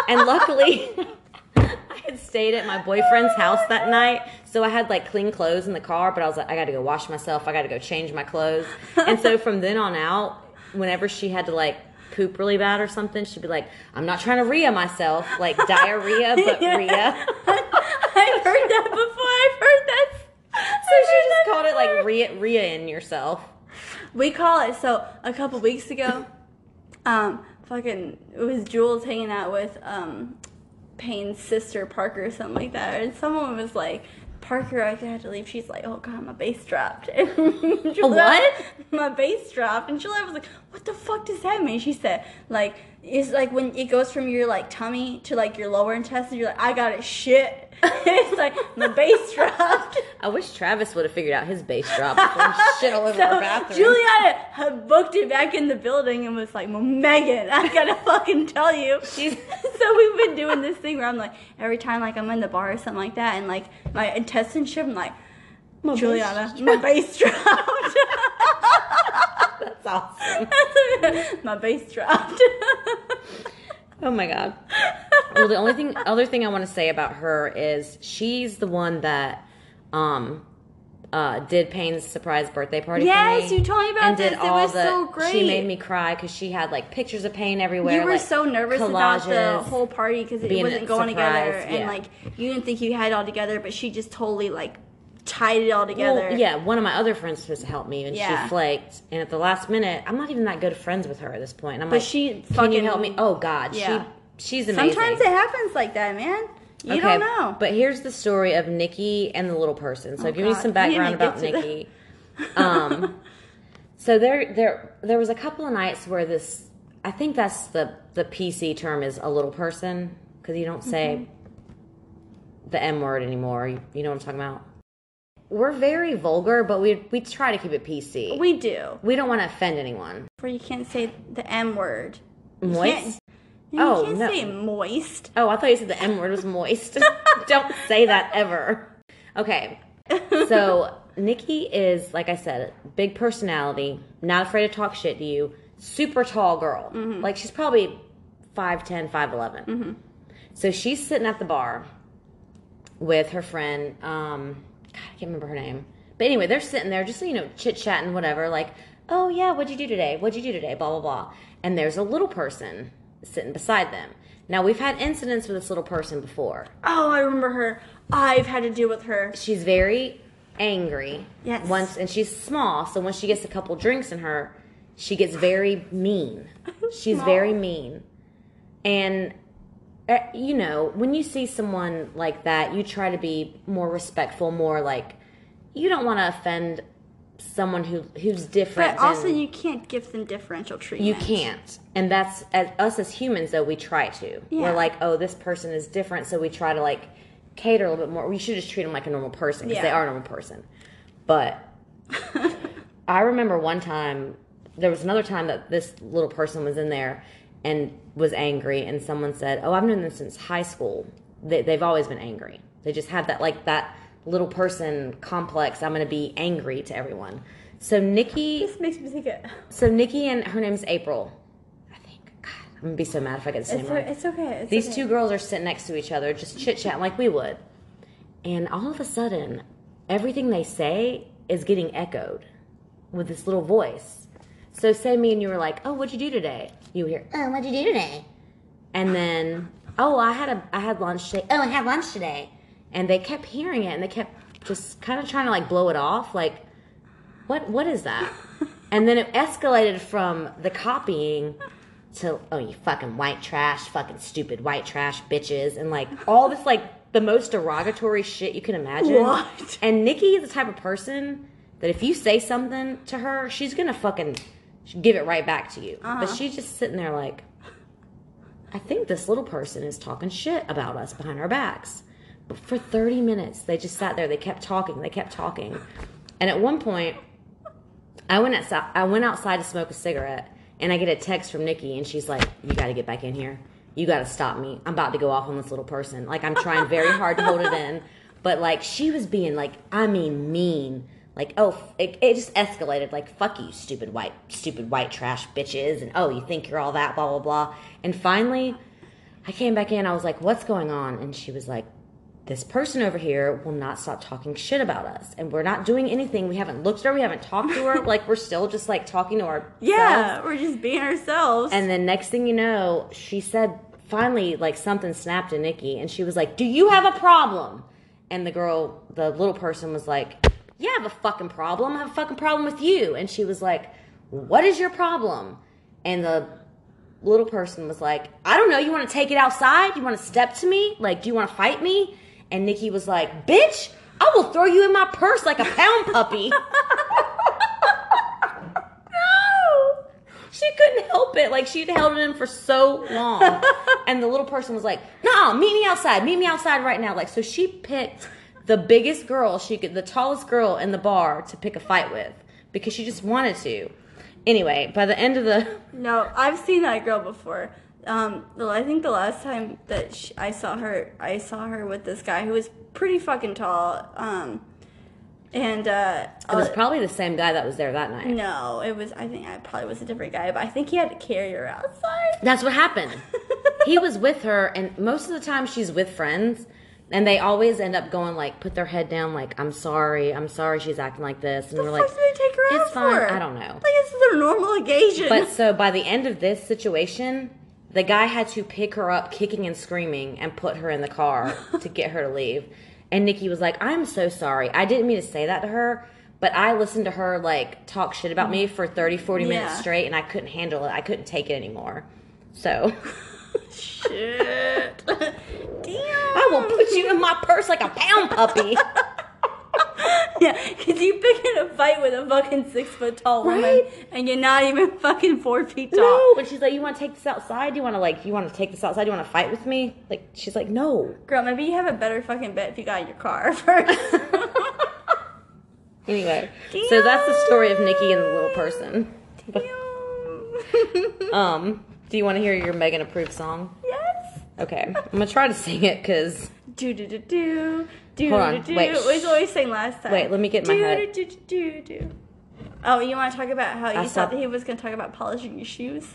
and luckily. I had stayed at my boyfriend's house that night, so I had like clean clothes in the car. But I was like, I got to go wash myself. I got to go change my clothes. And so from then on out, whenever she had to like poop really bad or something, she'd be like, "I'm not trying to Rhea myself, like diarrhea, but Yeah. Rhea." I've heard that before. I've heard that. So she just called it like Rhea, Rhea in yourself. We call it so. A couple weeks ago, um, fucking it was Jules hanging out with um, Payne's sister Parker or something like that, and someone was like. Parker, I had to leave. She's like, "Oh God, my bass dropped." And Julia- what? My bass dropped, and Julia was like, "What the fuck does that mean?" She said, "Like it's like when it goes from your like tummy to like your lower intestine. You're like, I got it shit. it's like my bass dropped." I wish Travis would have figured out his bass drop before he shit all over our bathroom. Juliana had booked it back in the building and was like, "Well, Megan, I gotta fucking tell you." She's- so we've been doing this thing where I'm like, every time like I'm in the bar or something like that, and like my intestine ship, I'm like, Oh, Juliana, my bass dropped. That's awesome. my bass dropped. Oh my god. Well, the only thing, other thing I want to say about her is she's the one that, um, uh, did Payne's surprise birthday party. Yes, for me you told me about and did this. It all was the, so great. She made me cry because she had like pictures of Payne everywhere. you were like, so nervous about the collages. whole party because it being wasn't going together, surprised, and yeah. like you didn't think you had it all together, but she just totally like tied it all Well, together. yeah, one of my other friends was supposed to help me, and Yeah. she flaked. And at the last minute, I'm not even that good of friends with her at this point. And I'm But like, she "Can you fucking- help me?" Oh God, Yeah. she she's amazing. Sometimes it happens like that, man. You don't know. But here's the story of Nikki and the little person. So Oh, give me God. some We didn't background even get about to Nikki. Um, so there, there, there was a couple of nights where this. I think that's the the PC term is a little person because you don't say Mm-hmm. the M word anymore. You, you know what I'm talking about. We're very vulgar, but we we try to keep it PC. We, we do. don't want to offend anyone. Where you can't say the M word. Moist. You Oh, can't no. say moist. Oh, I thought you said the M word was moist. Don't say that ever. Okay. So Nikki is, like I said, big personality, not afraid to talk shit to you, super tall girl. Like she's probably 5'10, 5'11. So she's sitting at the bar with her friend. Um, God, I can't remember her name. But anyway, they're sitting there just, you know, chit chatting, whatever. Like, oh, yeah, what'd you do today? What'd you do today? Blah, blah, blah. And there's a little person sitting beside them. Now, we've had incidents with this little person before. Oh, I remember her. I've had to deal with her. She's very angry. Yes. Once, and she's small, so once she gets a couple drinks in her, she gets very mean. She's Small. very mean. And, uh, you know, when you see someone like that, you try to be more respectful, more like, you don't want to offend someone who who's different. But also, than- you can't give them differential treatment. you can't. And that's as us as humans though, we try to. Yeah. We're like, oh, this person is different, so we try to like cater a little bit more. We should just treat them like a normal person because they Yeah. are a normal person. But I remember one time there was another time that this little person was in there and was angry and someone said, "Oh, I've known them since high school. They, they've always been angry. They just have that like that little person complex. I'm going to be angry to everyone." So Nikki This makes me think it. so Nikki and her name's April, I think. God, I'm gonna be so mad if I get the same It's, right. it's okay. It's These okay. two girls are sitting next to each other, just chit chatting like we would, and all of a sudden, everything they say is getting echoed with this little voice. So say me and you were like, "Oh, what'd you do today?" You hear, "Oh, what'd you do today?" And then, "Oh, I had a I had lunch today." "Oh, I had lunch today." And they kept hearing it, and they kept just kind of trying to like blow it off, like, "What what is that?" and then it escalated from the copying to oh you fucking white trash, fucking stupid white trash bitches, and like all this like the most derogatory shit you can imagine. What? And Nikki is the type of person that if you say something to her, she's gonna fucking give it right back to you. But she's just sitting there like, I think this little person is talking shit about us behind our backs. But for 30 minutes, they just sat there. They kept talking. They kept talking. And at one point, I went outside. I went outside to smoke a cigarette, and I get a text from Nikki, and she's like, "You got to get back in here." you got to stop me. I'm about to go off on this little person. Like I'm trying very hard to hold it in, but like she was being like, I mean, mean. Like oh, f- it, it just escalated. Like fuck you, stupid white, stupid white trash bitches, and oh, you think you're all that, blah blah blah. And finally, I came back in. I was like, what's going on? And she was like, this person over here will not stop talking shit about us, and we're not doing anything. We haven't looked at her. We haven't talked to her. like we're still just like talking to our Yeah, we're just being ourselves. and then next thing you know, she said finally like something snapped to Nikki and she was like, "Do you have a problem?" And the girl, the little person was like, "Yeah, I have a fucking problem. I have a fucking problem with you." And she was like, "What is your problem?" And the little person was like, "I don't know. You want to take it outside? You want to step to me? Like, do you want to fight me?" And Nikki was like, "Bitch, I will throw you in my purse like a pound puppy." no. She couldn't help it. Like she'd held it in for so long. and the little person was like, nah, meet me outside. Meet me outside right now. Like, so she picked the biggest girl she could, the tallest girl in the bar to pick a fight with because she just wanted to. Anyway, by the end of the, No, I've seen that girl before. Um, well, I think the last time that sh I saw her, I saw her with this guy who was pretty fucking tall. Um, and uh, it was uh, probably the same guy that was there that night. no, it was. I think I probably was a different guy, but I think he had to carry her outside. That's what happened. he was with her, and most of the time she's with friends, and they always end up going like, put their head down, like, I'm sorry, I'm sorry, she's acting like this, and What we're the like, fuck did they take her out it's fine, for? I don't know. Like this is their normal occasion. But so by the end of this situation, the guy had to pick her up kicking and screaming and put her in the car to get her to leave. And Nikki was like, I'm so sorry. I didn't mean to say that to her, but I listened to her like talk shit about me for 30, 40 minutes Yeah. straight and I couldn't handle it. I couldn't take it anymore. So Shit. Damn. I will put you in my purse like a pound puppy. Yeah, because you picking a fight with a fucking six foot tall Right? woman, and you're not even fucking four feet tall. no, but she's like, You wanna take this outside? Do you wanna like you wanna take this outside? Do you wanna fight with me? Like she's like, No. Girl, maybe you have a better fucking bet if you got in your car first. Anyway. So that's the story of Nikki and the little person. Um, do you want to hear your Megan approved song? yes. Okay, I'm gonna try to sing it because Do do do do do Hold on, do do. wait, It was always saying last time. Wait, let me get my do, head. Do, do, do, do, do. Oh, you want to talk about how you stopped- thought that he was going to talk about polishing your shoes?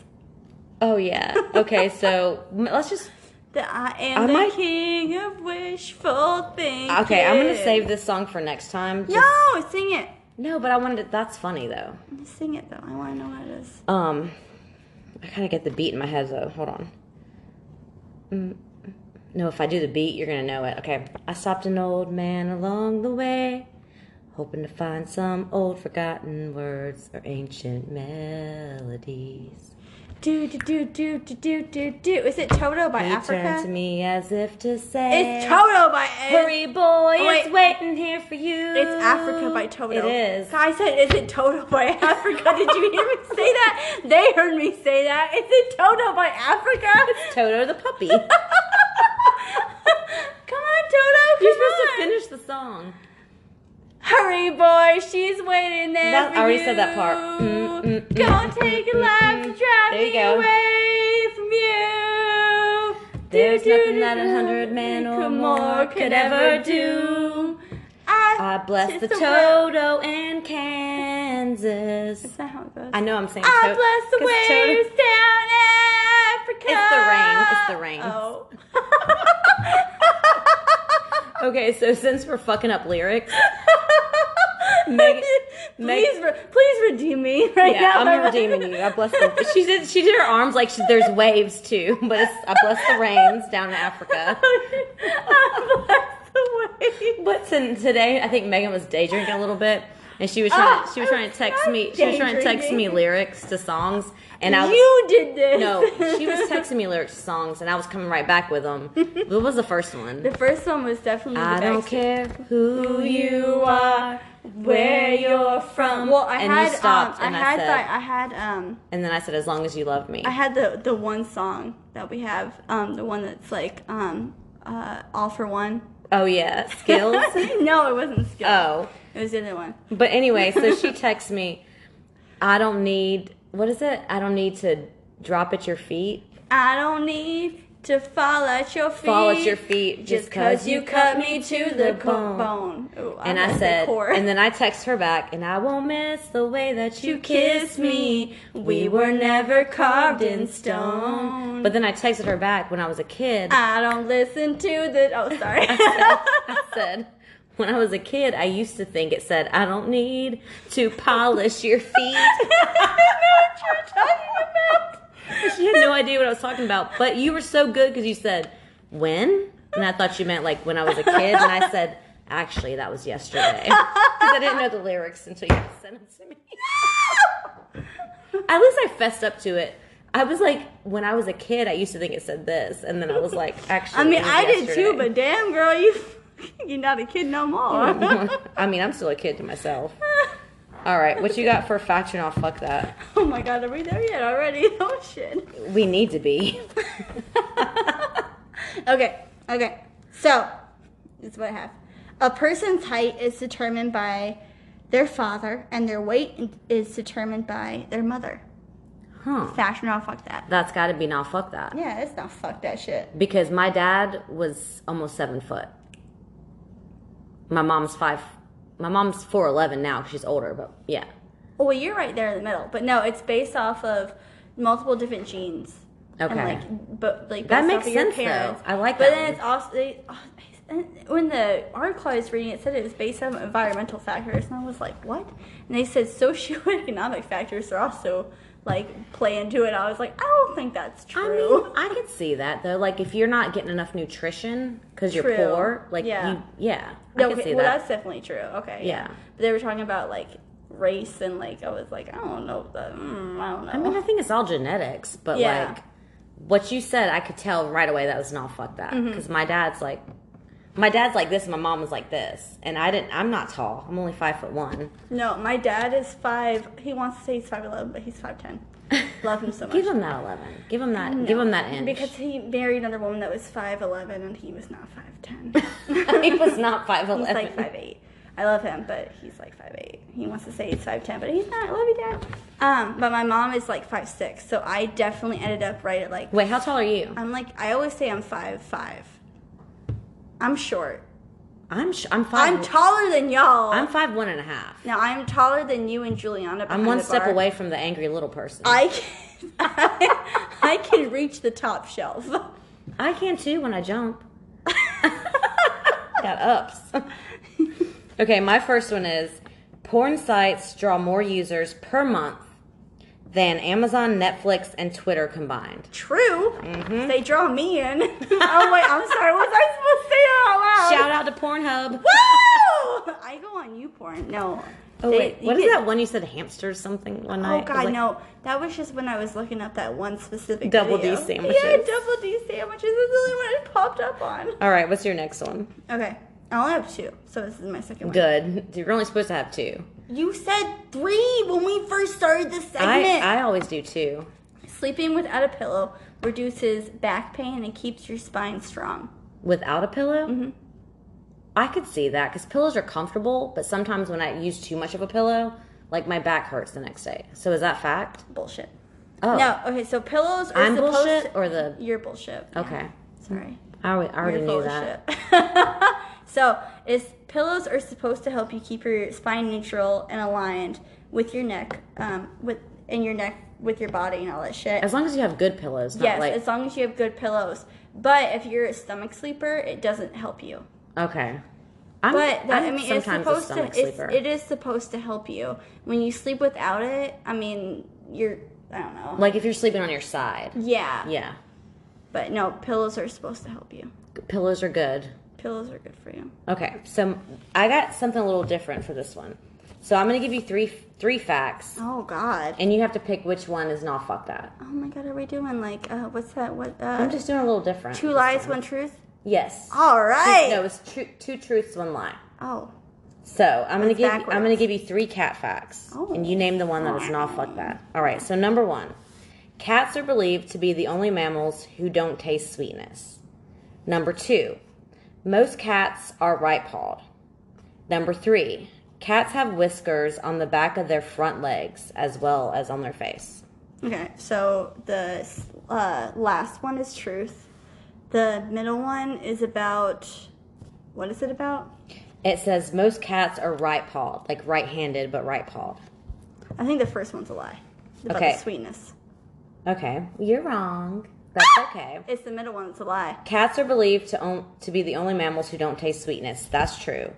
oh yeah, okay, so m- let's just That I am I the might- king of wishful thinking. okay. I'm gonna save this song for next time. Just- No, sing it. no, but I wanted to, that's funny though. Sing it though. I want to know what it is. Um, I kind of get the beat in my head though. Hold on. Mm, No, if I do the beat, you're gonna know it. Okay. I stopped an old man along the way, hoping to find some old forgotten words or ancient melodies. Do do do do do do do do. Is it Toto by He turned to Africa? me as if to say, It's Toto by Hurry, boy, Oh, it's waiting here for you." It's Africa by Toto. It is. I said, is it Toto by Africa? Did you hear me say that? They heard me say that. Is it Toto by Africa? Toto the puppy. come on, Toto. You're come on. supposed to finish the song. Hurry, boy. She's waiting there. That- for I already said that you. part. Mm, mm, mm, Go mm, take mm, a life mm, to mm. drive There you me go. away from you. There's Do, do, nothing do, that a do, hundred men or more more could could ever ever do. do. I bless the kiss world. Toto in Kansas. Is that how it goes? I know I'm saying. I Toto- bless the 'cause Toto- waves down Africa. It's the rain. It's the rain. Oh. Okay, so since we're fucking up lyrics, Meg, Meg- Oh. please, re- please redeem me right yeah, now. I'm redeeming you. I bless the. She did. She did her arms like she, there's waves too, but it's, I bless the rains down in Africa. I bless the waves. But to, today, I think Megan was day drinking a little bit, and she was trying. Oh, she was trying to text I'm me. She was day trying to text me drinking. lyrics to songs, and I was you did this. no. She was texting me lyrics to songs, and I was coming right back with them. What was the first one? The first one was definitely. the I don't Backstreet care who you are, where you're from. Well, I and had you stopped, um, and I I, had said, like, I had um and then I said, as long as you love me. I had the the one song that we have um the one that's like um uh all for one. oh yeah, skills. no, it wasn't skills. oh. It was the other one. But anyway, so she texts me, I don't need, what is it? I don't need to drop at your feet. I don't need to fall at your feet. Fall at your feet just 'cause you cut me to the bone. Ooh, and I missed the said, chorus. and then I text her back, and I won't miss the way that you kissed me. We were never carved in stone. But then I texted her back when I was a kid. I don't listen to the. Oh, sorry. I said, when I was a kid, I used to think it said, I don't need to polish your feet. She had no idea what I was talking about, but you were so good because you said, when? And I thought you meant like when I was a kid, and I said, actually, that was yesterday. Because I didn't know the lyrics until you sent them to me. At least I fessed up to it. I was like, when I was a kid, I used to think it said this, and then I was like, actually, I it mean, was I did too, yesterday. but damn, girl, you you're not a kid no more. I mean, I'm still a kid to myself. All right, what you got for fact or not? Fuck that. oh my god, are we there yet already? Oh shit. We need to be. okay, okay. So, this is what I have. A person's height is determined by their father, and their weight is determined by their mother. Huh. Fashion, I'll fuck that. That's got to be not fuck that. Yeah, it's not fuck that shit. Because my dad was almost seven foot. My mom's five. My mom's four eleven now. She's older, but yeah. Well, you're right there in the middle, but no, it's based off of multiple different genes. And Okay. like, but like That based makes off of your sense, though. parents. I like But that then one. it's also they, oh, and when the article I was reading, it said it was based on environmental factors, and I was like, what? And they said socioeconomic factors are also like play into it. I was like, I don't think that's I true. mean, I could see that though. Like, if you're not getting enough nutrition because you're True. poor, like Yeah. you, yeah, I no, could okay, see well, that. that's definitely true. Okay, Yeah. But they were talking about like race and like I was like, I don't know, the, mm, I don't know. I mean, I think it's all genetics, but Yeah. like what you said, I could tell right away that was not fuck that Mm-hmm. because my dad's like, my dad's like this, and my mom was like this, and I didn't. I'm not tall. I'm only five foot one. No, my dad is five. He wants to say he's five eleven, but he's five ten. Love him so much. Give him that eleven. Give him that. Give him that inch. because he married another woman that was five eleven, and he was not five ten. he was not five he's eleven. like five eight. I love him, but he's like five eight. He wants to say he's five ten, but he's not. I love you, dad. Um, but my mom is like five six, so I definitely ended up right at like. Wait, how tall are you? I'm like I always say I'm five five. I'm short. I'm sh- I'm five. I'm I'm, taller than y'all. five one and a half. now I'm taller than you and Juliana. I'm behind one the step bar. away from the angry little person. I, I can, I, can reach the top shelf. can too when I jump. Got ups. okay, my first one is porn sites draw more users per month than Amazon, Netflix, and Twitter combined. True. Mm-hmm. They draw me in. oh wait, I'm sorry. Was I supposed to say that out loud? Shout out to Pornhub. Woo! I go on YouPorn. No. Oh They- wait, you what is get- that one you said hamsters something one night? Oh It was god, like- no. That was just when I was looking up that one specific Double D video. sandwiches. Yeah, double D sandwiches is the only one it popped up on. All right, what's your next one? Okay. I only have two, so this is my second one. Good. You're only supposed to have two. You said three when we first started this segment. I, I always do two. Sleeping without a pillow reduces back pain and keeps your spine strong. without a pillow. Mm-hmm. I could see that because pillows are comfortable, but sometimes when I use too much of a pillow, like my back hurts the next day. So is that fact? Bullshit. Oh, No, okay, so pillows are I'm supposed bullshit to- or the You're bullshit. okay. Sorry. I already, I already You're knew full of that. shit. so, it's, pillows are supposed to help you keep your spine neutral and aligned with your neck, um, with and your neck with your body and all that shit. As long as you have good pillows, not yes, like as long as you have good pillows. But if you're a stomach sleeper, it doesn't help you. okay. I'm, But that, I'm I mean, it's sometimes a supposed to. stomach It's, sleeper. it is supposed to help you when you sleep without it. I mean, you're. I don't know. like if you're sleeping on your side, yeah, yeah, But no, pillows are supposed to help you. pillows are good. Pillows are good for you. Okay, so I got something a little different for this one. So I'm gonna give you three three facts, Oh God. and you have to pick which one is not fuck that. Oh my God, are we doing like uh, what's that? What uh, I'm just doing a little different. two this lies, time. one truth? Yes. All right. No, it's two, two truths, one lie. Oh, So I'm gonna That's give backwards. I'm gonna give you three cat facts, Oh. and you name the one that is not fuck that. All right. So number one, cats are believed to be the only mammals who don't taste sweetness. Number two, most cats are right-pawed. Number three, cats have whiskers on the back of their front legs as well as on their face. okay. So the uh, last one is truth. The middle one is about. What is it about? It says most cats are right pawed, like right handed, but right pawed. I think the first one's a lie. It's About Okay. the sweetness. Okay, you're wrong. That's okay. It's the middle one that's a lie. Cats are believed to own, to be the only mammals who don't taste sweetness. That's true.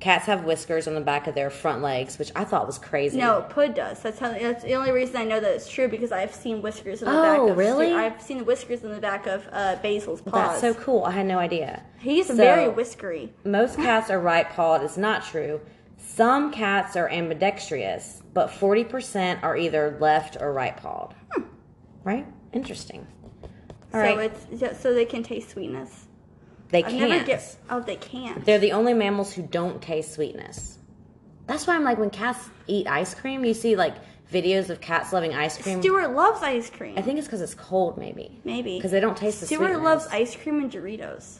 Cats have whiskers on the back of their front legs, which I thought was crazy. No, Pud does. That's how. That's the only reason I know that it's true because I've seen whiskers in the Oh, back. of really? I've seen the whiskers in the back of uh, Basil's paws. that's so cool. I had no idea. He's So- very whiskery. Most cats are right pawed is not true. Some cats are ambidextrous, but 40% are either left or right pawed. Right? Interesting. All Hmm. so right. it's yeah, so they can taste sweetness. they I've can't. never get. Oh, they can't. They're the only mammals who don't taste sweetness. That's why I'm like, when cats eat ice cream, you see like videos of cats loving ice cream. Stuart loves ice cream. I think it's because it's cold, maybe. maybe Because they don't taste the Stuart sweetness. loves ice cream and Doritos.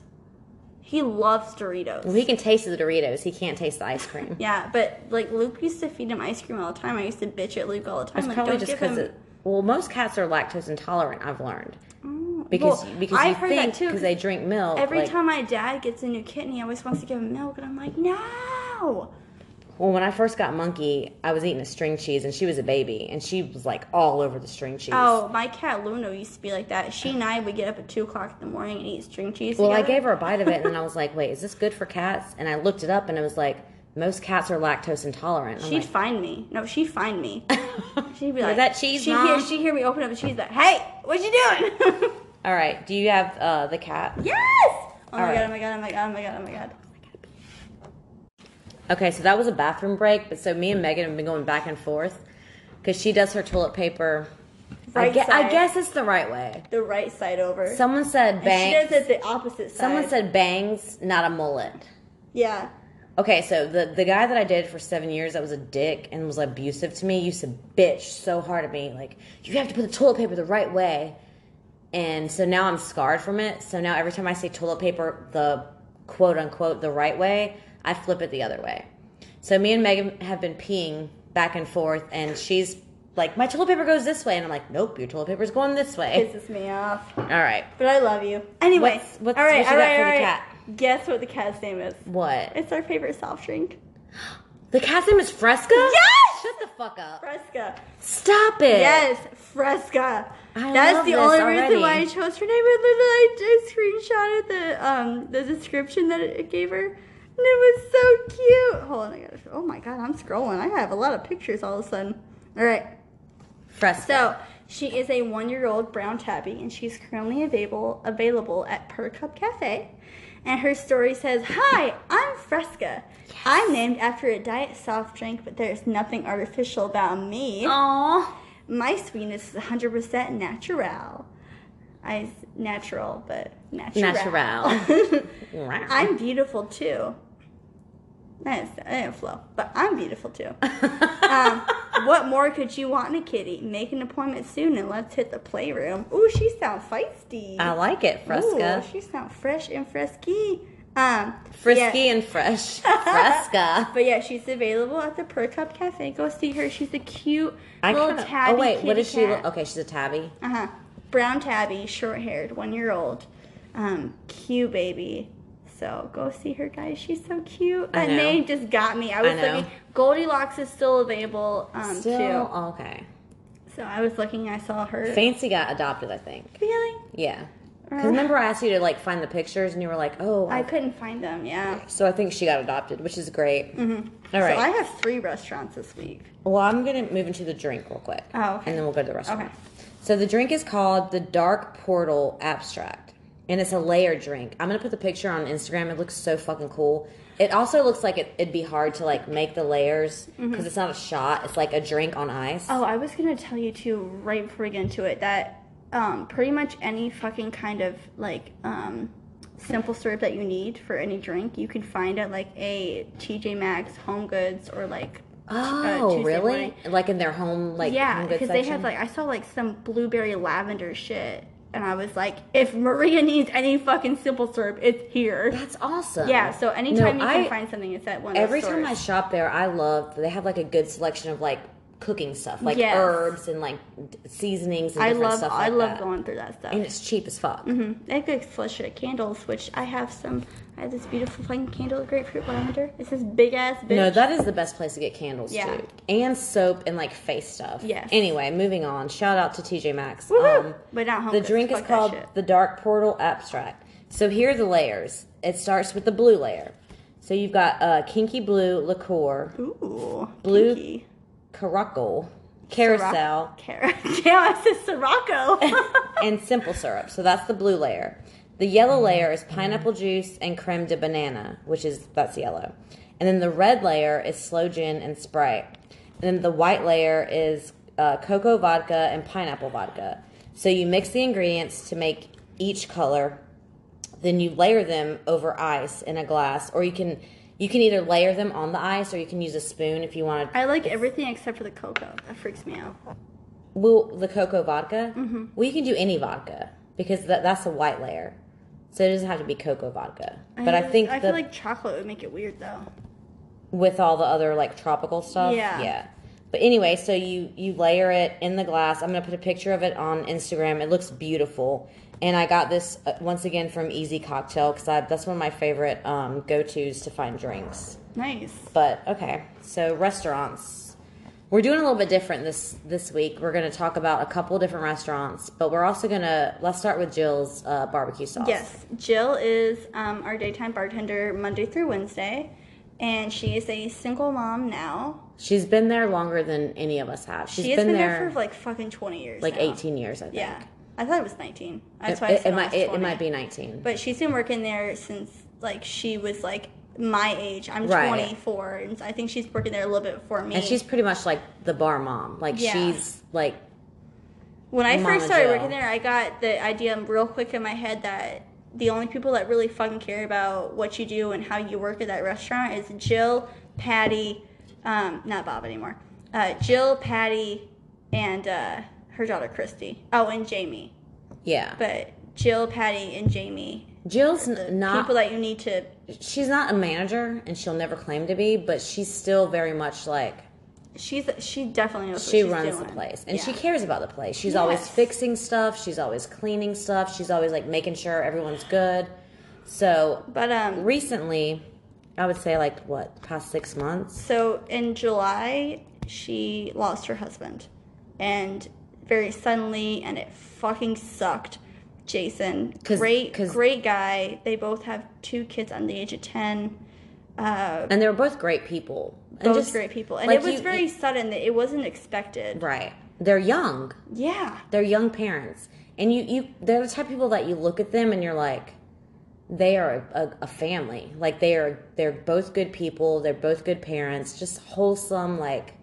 He loves Doritos. Well, he can taste the Doritos. He can't taste the ice cream. yeah, but like Luke used to feed him ice cream all the time. I used to bitch at Luke all the time. It's like, probably don't just give because him. it. Well, most cats are lactose intolerant. I've learned because Mm, well, because I've you heard that think too, because they drink milk. Every like- time my dad gets a new kitten, he always wants to give him milk, and I'm like, no. Well, when I first got Monkey, I was eating a string cheese, and she was a baby, and she was like all over the string cheese. Oh, my cat Luna used to be like that. She and I would get up at two o'clock in the morning and eat string cheese. well, I together. gave her a bite of it, and I was like, "Wait, is this good for cats?" And I looked it up, and it was like most cats are lactose intolerant. I'm She'd like, find me. No, she'd find me. She'd be like, that cheese, she'd Mom? Hear, she'd hear me open up and she's like, hey, what you doing? all right, do you have uh, the cat? yes! Oh my, All god, right. oh my god, oh my god, oh my god, oh my god. Okay, so that was a bathroom break, but so me and Megan have been going back and forth because she does her toilet paper. I, Right gue- I side. guess it's the right way. The right side over. Someone and said she does bangs. it the opposite side. Someone said bangs, not a mullet. yeah. Okay, so the the guy that I dated for seven years that was a dick and was abusive to me used to bitch so hard at me, like, you have to put the toilet paper the right way. And so now I'm scarred from it. So now every time I say toilet paper the quote unquote the right way, I flip it the other way. So me and Megan have been peeing back and forth and she's like, My toilet paper goes this way and I'm like, Nope, your toilet paper's going this way. Pisses me off. All right. But I love you. Anyway, What's- what's- all right, what you all got right, for all the right. cat? Guess what the cat's name is? What? It's our favorite soft drink. The cat's name is Fresca? Yes! Shut the fuck up. Fresca. Stop it. Yes, Fresca. I That's love the this only reason why I already. chose her name. And literally, I just screenshotted the um the description that it gave her, and it was so cute. Hold on, I gotta. Oh my god, I'm scrolling. I have a lot of pictures all of a sudden. All right, Fresca. so she is a one-year-old brown tabby, and she's currently available available at Per Cup Cafe. And her story says, "Hi, I'm Fresca. I'm named after a diet soft drink, but there's nothing artificial about me." Aw. My sweetness is 100% natural. I natural, but natural. Natural. I'm beautiful too. That is, I didn't flow, but I'm beautiful too. Um, what more could you want in a kitty? Make an appointment soon and let's hit the playroom. Ooh, she sounds feisty. I like it, Fresca. Ooh, she sounds fresh and frisky. Um, Frisky yeah. and fresh. Fresca. But yeah, she's available at the Per Cup Cafe. Go see her. She's a cute I little kinda, tabby. oh wait, what kitty does she cat. look? Okay, she's a tabby. Uh huh. Brown tabby, short haired, one year old. Um, cute baby. So go see her, guys. She's so cute. I That know. name just got me. I was know. looking. Goldilocks is still available um, Still Oh, too. okay. So I was looking. I saw her. Fancy got adopted, I think. Really? Yeah. Because Uh. remember, I asked you to like find the pictures, and you were like, "Oh." I couldn't find them. Yeah. so I think she got adopted, which is great. Mm-hmm. right. So I have three restaurants this week. well, I'm gonna move into the drink real quick. Oh, okay. And then we'll go to the restaurant. Okay. So the drink is called the Dark Portal Abstract, and it's a layered drink. I'm gonna put the picture on Instagram. It looks so fucking cool. It also looks like it, it'd be hard to like make the layers because it's not a shot. It's like a drink on ice. Mm-hmm. Oh, I was gonna tell you too right before we get into it that um, pretty much any fucking kind of like um, simple syrup that you need for any drink you can find at like a TJ Maxx, Home Goods, or like Oh, uh, Tuesday really? morning. Like in their home, like yeah, home goods because they have section? like I saw like some blueberry lavender shit, and I was like, if Maria needs any fucking simple syrup, it's here. that's awesome. Yeah, so anytime No, you can I- find something, it's at one. of those Every time I stores. shop there, I love they have like a good selection of like cooking stuff, like Yes. herbs and like d- seasonings and I different love stuff I like love that. going through that stuff. and it's cheap as fuck. Mhm. I could flush it candles, which I have some. I have this beautiful fucking candle, grapefruit lavender. It's this big ass bitch. No, that is the best place to get candles Yeah. too, and soap and like face stuff. Yes. Anyway, moving on. Shout out to TJ Maxx. Woohoo! Um, but not home. the goods. drink is Fuck that called shit. the Dark Portal Abstract. So here are the layers. It starts with the blue layer. So you've got uh, kinky blue liqueur, Ooh, Blue pinky. caracal, Sirocco. carousel, Cara- yeah, I said Sirocco. and simple syrup. So that's the blue layer. The yellow layer is pineapple juice and creme de banana, which is that's yellow. And then the red layer is sloe gin and Sprite. And then the white layer is uh, cocoa vodka and pineapple vodka. So you mix the ingredients to make each color. Then you layer them over ice in a glass, or you can you can either layer them on the ice, or you can use a spoon if you want to. I like everything except for the cocoa. That freaks me out. Well, the cocoa vodka. Mm-hmm. Well, you can do any vodka because that, that's a white layer, so it doesn't have to be cocoa vodka. But I, just- think Mm, I the, feel like chocolate would make it weird though. with all the other like tropical stuff, Yeah. yeah. But anyway, so you you layer it in the glass. I'm gonna put a picture of it on Instagram. It looks beautiful, and I got this uh, once again from Easy Cocktail because that's one of my favorite um, go tos to find drinks. Nice. But okay, so restaurants. We're doing a little bit different this this week. We're going to talk about a couple different restaurants, but we're also going to let's start with Jill's uh, barbecue sauce. Yes, Jill is um, our daytime bartender Monday through Wednesday, and she is a single mom now. she's been there longer than any of us have. she has been, there, for like fucking twenty years. like now. 18 years, I think. Yeah, I thought it was nineteen. That's It, why I it, said might, almost it, it 20. might be 19. But she's been working there since like she was like my age. I'm Right. 24, and I think she's working there a little bit before me. and she's pretty much like the bar mom. Like Yeah. she's like When I Mama first started Jill. working there, I got the idea real quick in my head that the only people that really fucking care about what you do and how you work at that restaurant is Jill, Patty, um, not Bob anymore. Uh, Jill, Patty, and uh, her daughter Christy. Oh, and Jamie. yeah. But Jill, Patty, and Jamie, Jill's the n- not people that you need to. she's not a manager and she'll never claim to be, but she's still very much like She's she definitely knows. she what she's runs the doing. place and she Yeah. cares about the place she's always Yes. fixing stuff she's always cleaning stuff she's always like making sure everyone's good so But um, recently i would say like what past six months So in July, she lost her husband, and very suddenly, and it fucking sucked. Jason, 'Cause- great, 'cause- great guy. They both have two kids under the age of ten. Uh, and they were both great people and both just- great people, and like it was you- very sudden. That it wasn't expected. right they're young Yeah, they're young parents and you you they're the type of people that you look at them and you're like they are a, a, a family like they are they're both good people they're both good parents just wholesome like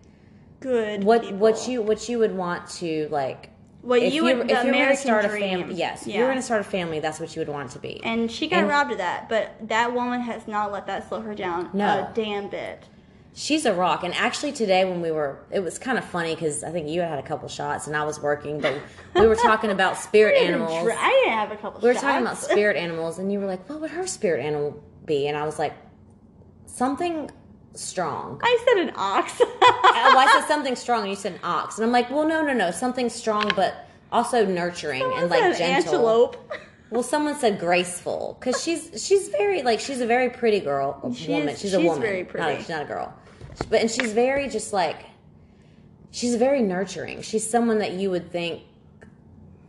good. what people. what you what you would want to like what if you you would if the you're gonna American start dream. a family yes if yeah. you're gonna start a family that's what you would want it to be and she got and- robbed of that, but that woman has not let that slow her down No. a damn bit. she's a rock and actually today when we were it was kind of funny because i think you had a couple shots and i was working but we were talking about spirit animals Dra- I didn't have a couple. we were talking about shots. spirit animals and you were like what would her spirit animal be and i was like something strong I said an ox. well, I said something strong, and you said an ox, and I'm like, well, no, no, no, something strong, but also nurturing and like an gentle. antelope. Well, someone said graceful because she's she's very like she's a very pretty girl a She woman. is- She's, a she's woman. very Not- pretty. she's not a girl, but and she's very just like she's very nurturing. She's someone that you would think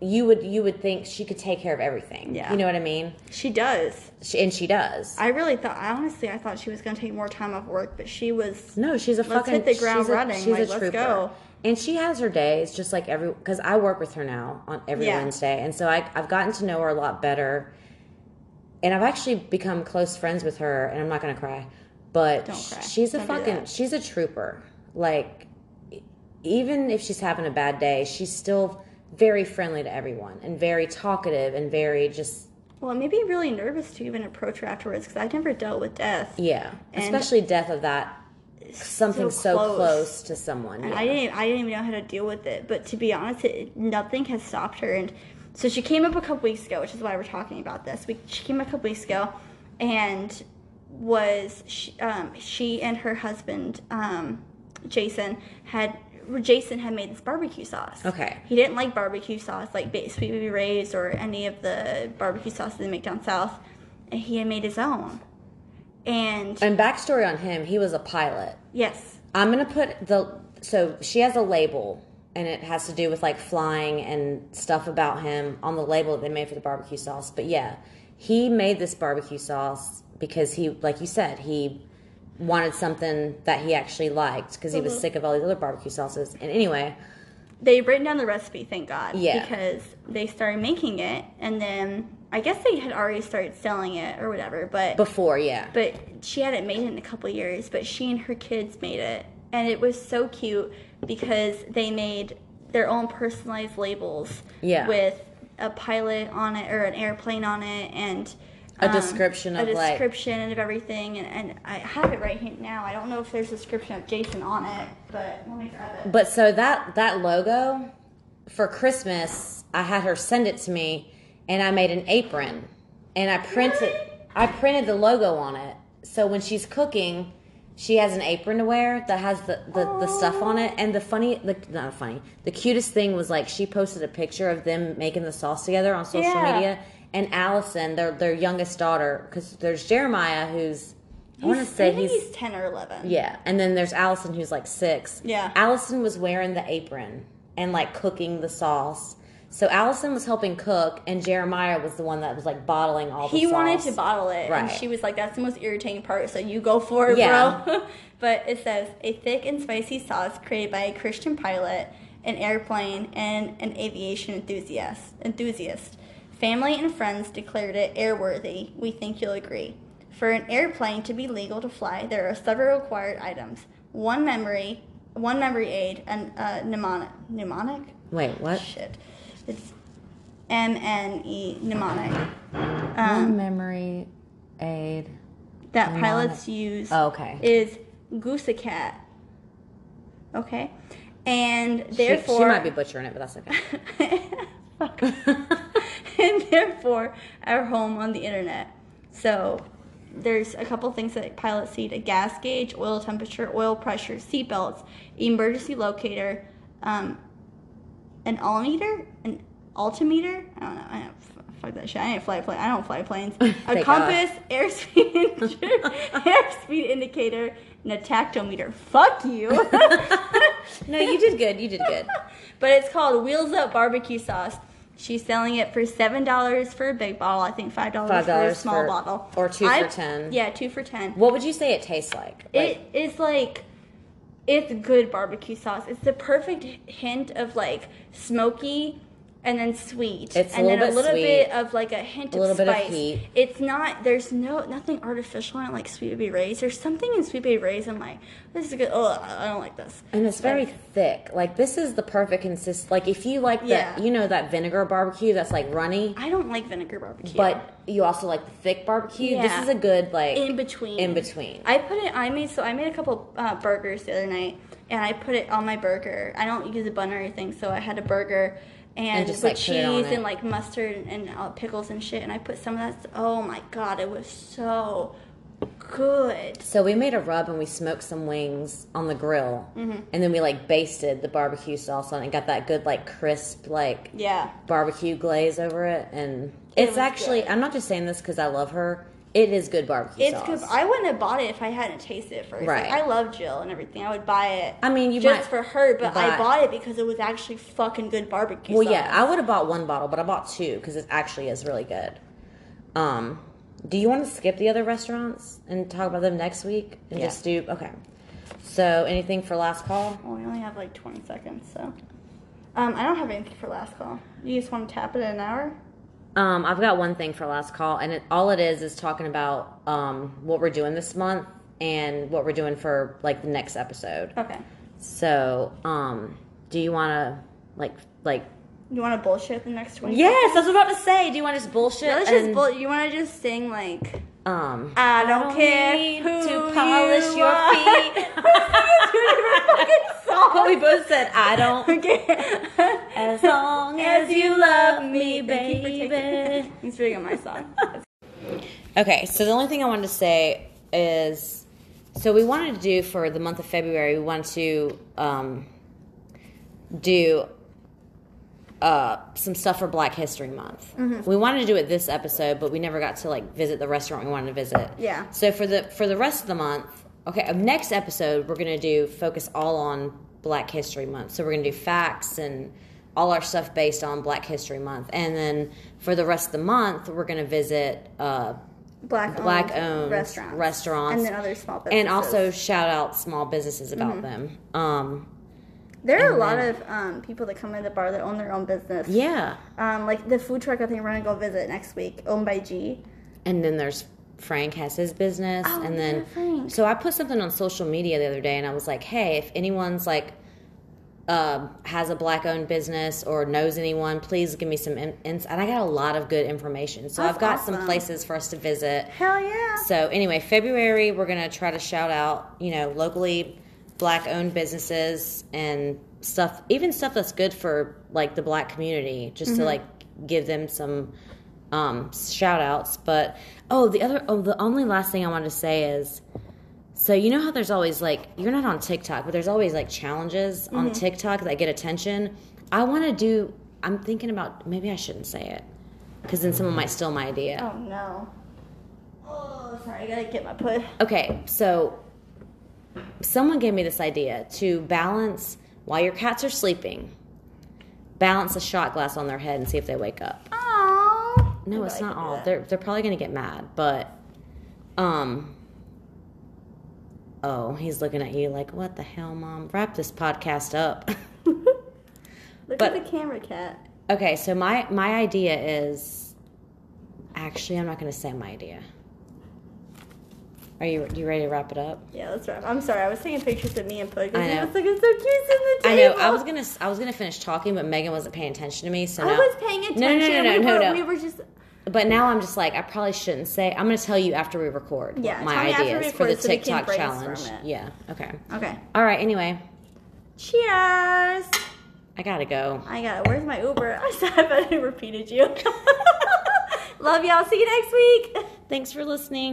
you would you would think she could take care of everything. Yeah. you know what I mean. She does. She, and she does. I really thought. I honestly, I thought she was going to take more time off work, but she was. No, she's a Let's fucking. hit the ground she's a- running, she's like, a let's trooper. go. And she has her days, just like every because I work with her now on every Yeah. Wednesday, and so I, I've gotten to know her a lot better. And I've actually become close friends with her, and I'm not gonna cry, but Don't cry. she's a Don't do fucking that. she's a trooper. Like e- even if she's having a bad day, she's still very friendly to everyone and very talkative and very just Well, it made me really nervous to even approach her afterwards because I've never dealt with death. yeah, And- especially death of that something so, close. to someone. And yeah. I didn't. I didn't even know how to deal with it. But to be honest, it, nothing has stopped her. And so she came up a couple weeks ago, which is why we're talking about this. We, she came up a couple weeks ago, and was she, um, she and her husband um, Jason had Jason had made this barbecue sauce. Okay. He didn't like barbecue sauce, like ba- Sweet Baby Ray's or any of the barbecue sauces they make down south, and he had made his own. And And backstory on him, he was a pilot. yes, I'm gonna put the so she has a label and it has to do with like flying and stuff about him on the label that they made for the barbecue sauce. But yeah, he made this barbecue sauce because he, like you said, he wanted something that he actually liked because he Mm-hmm. was sick of all these other barbecue sauces. And anyway, they've written down the recipe, thank God. Yeah. Because they started making it, and then I guess they had already started selling it or whatever, but before yeah, but she hadn't made it in a couple years but she and her kids made it and it was so cute because they made their own personalized labels Yeah. with a pilot on it or an airplane on it and A um, description of, a like- description and of everything and, and i have it right here now i don't know if there's a description of jason on it but let me grab it But so that that logo for Christmas, I had her send it to me, and I made an apron, and I printed I printed the logo on it. So when she's cooking, she has an apron to wear that has the the, the stuff on it. And the funny, the not funny, the cutest thing was like she posted a picture of them making the sauce together on social Yeah. media, and Allison, their their youngest daughter, because there's Jeremiah who's I want to He's- say think he's 10 or 11 yeah, and then there's Allison who's like six. Yeah. Allison was wearing the apron and like cooking the sauce. So Allison was helping cook, and Jeremiah was the one that was like bottling all the he sauce. wanted to bottle it and Right. she was like that's the most irritating part so you go for it Yeah. bro but it says a thick and spicy sauce created by a christian pilot an airplane and an aviation enthusiast enthusiast family and friends declared it airworthy we think you'll agree for an airplane to be legal to fly there are several required items one memory one memory aid and uh, mnemonic mnemonic Wait, what? shit it's m-n-e mnemonic Um, One memory aid. that Mnemonic. pilots use Oh, okay. is Goosa Cat. Okay? And She- therefore. she, might be butchering it, but that's okay. Fuck. and therefore, our home on the internet. So there's a couple things that pilots need a gas gauge, oil temperature, oil pressure, seatbelts, emergency locator, um, an altimeter, an altimeter. I don't know. I don't, f- fuck that shit. I ain't fly plane. I don't fly planes. A Thank compass, airspeed, indicator, airspeed indicator, and a tactometer. Fuck you. no, you did good. You did good. but it's called Wheels Up Barbecue Sauce. She's selling it for seven dollars for a big bottle. I think five dollars for a $5 small for- bottle, or two for I- 10. Yeah, two for ten. What would you say it tastes like? Like, It is like it's good barbecue sauce. It's the perfect hint of like smoky and then sweet. It's a and then little bit a little sweet. bit of like a hint A little of bit of spice. heat. It's not there's no nothing artificial in it like sweet baby rays. There's something in sweet baby rays I'm like, this is good oh I don't like this. and it's very Like, thick. Like this is the perfect consist. Like if you like Yeah. the, you know that vinegar barbecue that's like runny. I don't like vinegar barbecue. But you also like the thick barbecue. Yeah. This is a good like in between. In between. I put it. I made so I made a couple uh, burgers the other night, and I put it on my burger. I don't use a bun or anything, so I had a burger and, just, with like, put it on cheese it. and like mustard and, and uh, pickles and shit. And I put some of that. s- Oh my god, it was so good. So we made a rub and we smoked some wings on the grill, Mm-hmm. and then we like basted the barbecue sauce on it and got that good like crisp like Yeah, barbecue glaze over it. And it's was actually I'm not just saying this because I love her. It is good barbecue it's sauce. good. I wouldn't have bought it if I hadn't tasted it first. Like, Right. I love Jill and everything. I would buy it. I mean, you just might- for her, but, I but- bought it because it was actually fucking good barbecue. well, sauce. yeah, I would have bought one bottle, but I bought two because it actually is really good. Um, do you want to skip the other restaurants and talk about them next week and Yeah. just do okay? So anything for last call? Well, we only have like 20 seconds, so. Um, I don't have anything for last call. You just want to tap it in an hour? Um, I've got one thing for last call, and it, all it is is talking about um, what we're doing this month and what we're doing for like the next episode. Okay. So, um, do you want to like like? You want to bullshit the next 20? Yes, that's what I was about to say. Do you want to just bullshit? Let's and, just bull- You want to just sing like, um, I don't, care need who to polish you your are. feet. Two different fucking but we songs. both said I don't. Okay. As long as you love me, Thank you for baby. taking- It's really on my song. Okay, so the only thing I wanted to say is so we wanted to do for the month of February, we wanted to um, do uh, some stuff for Black History Month. We wanted to do it this episode, but we never got to like visit the restaurant we wanted to visit. Yeah. So for the for the rest of the month, okay, uh, next episode we're gonna do focus all on Black History Month. So we're gonna do facts and all our stuff based on Black History Month, and then for the rest of the month we're gonna visit. Uh, Black Black owned Um, restaurants, restaurants. and then other Mm-hmm. small businesses. and also shout out small businesses about them. Um, there are a lot of um, people that come in the bar that own their own business. yeah. Um, like the food truck I think we're gonna go visit next week, owned by G. And then there's Frank has his business, Oh, and yeah, then Frank. so I put something on social media the other day, and I was like, hey, if anyone's like. Uh, has a black owned business or knows anyone, please give me some in- ins- And I got a lot of good information. So That's I've got some awesome. places for us to visit. Hell yeah! So anyway, February we're gonna try to shout out, you know, locally black owned businesses and stuff even stuff that's good for like the black community, just to like give them some um shout outs. But oh the other oh the only last thing I wanted to say is so you know how there's always like you're not on TikTok, but there's always like challenges on TikTok that get attention. I want to do. I'm thinking about maybe I shouldn't say it because then someone might steal my idea. Oh no. Oh, sorry, I gotta get my put. Okay, so someone gave me this idea to balance while your cats are sleeping. Balance a shot glass on their head and see if they wake up. Aww. No, it's not all. They're they're probably gonna get mad, but um. Oh, he's looking at you like, what the hell, mom? Wrap this podcast up. Look but- at the camera cat. okay, so my my idea is actually I'm not gonna say my idea. Are you you ready to wrap it up? Yeah, that's right. I'm sorry. I was taking pictures of me and Pug. I I know. was looking so cute in the I table. know. I was gonna. I was gonna finish talking, but Megan wasn't paying attention to me. So I now, was paying attention. No, no, no, no, we, no, were, no. we were just. but now I'm just like, I probably shouldn't say. I'm gonna tell you after we record. Yeah, what my tell me after we ideas for the record so we can TikTok brainstorm challenge. it. Yeah. Okay. Okay. All right. Anyway, Cheers. I gotta go. I got it. Where's my Uber? I'm sorry if I repeated you. Love y'all. See you next week. Thanks for listening.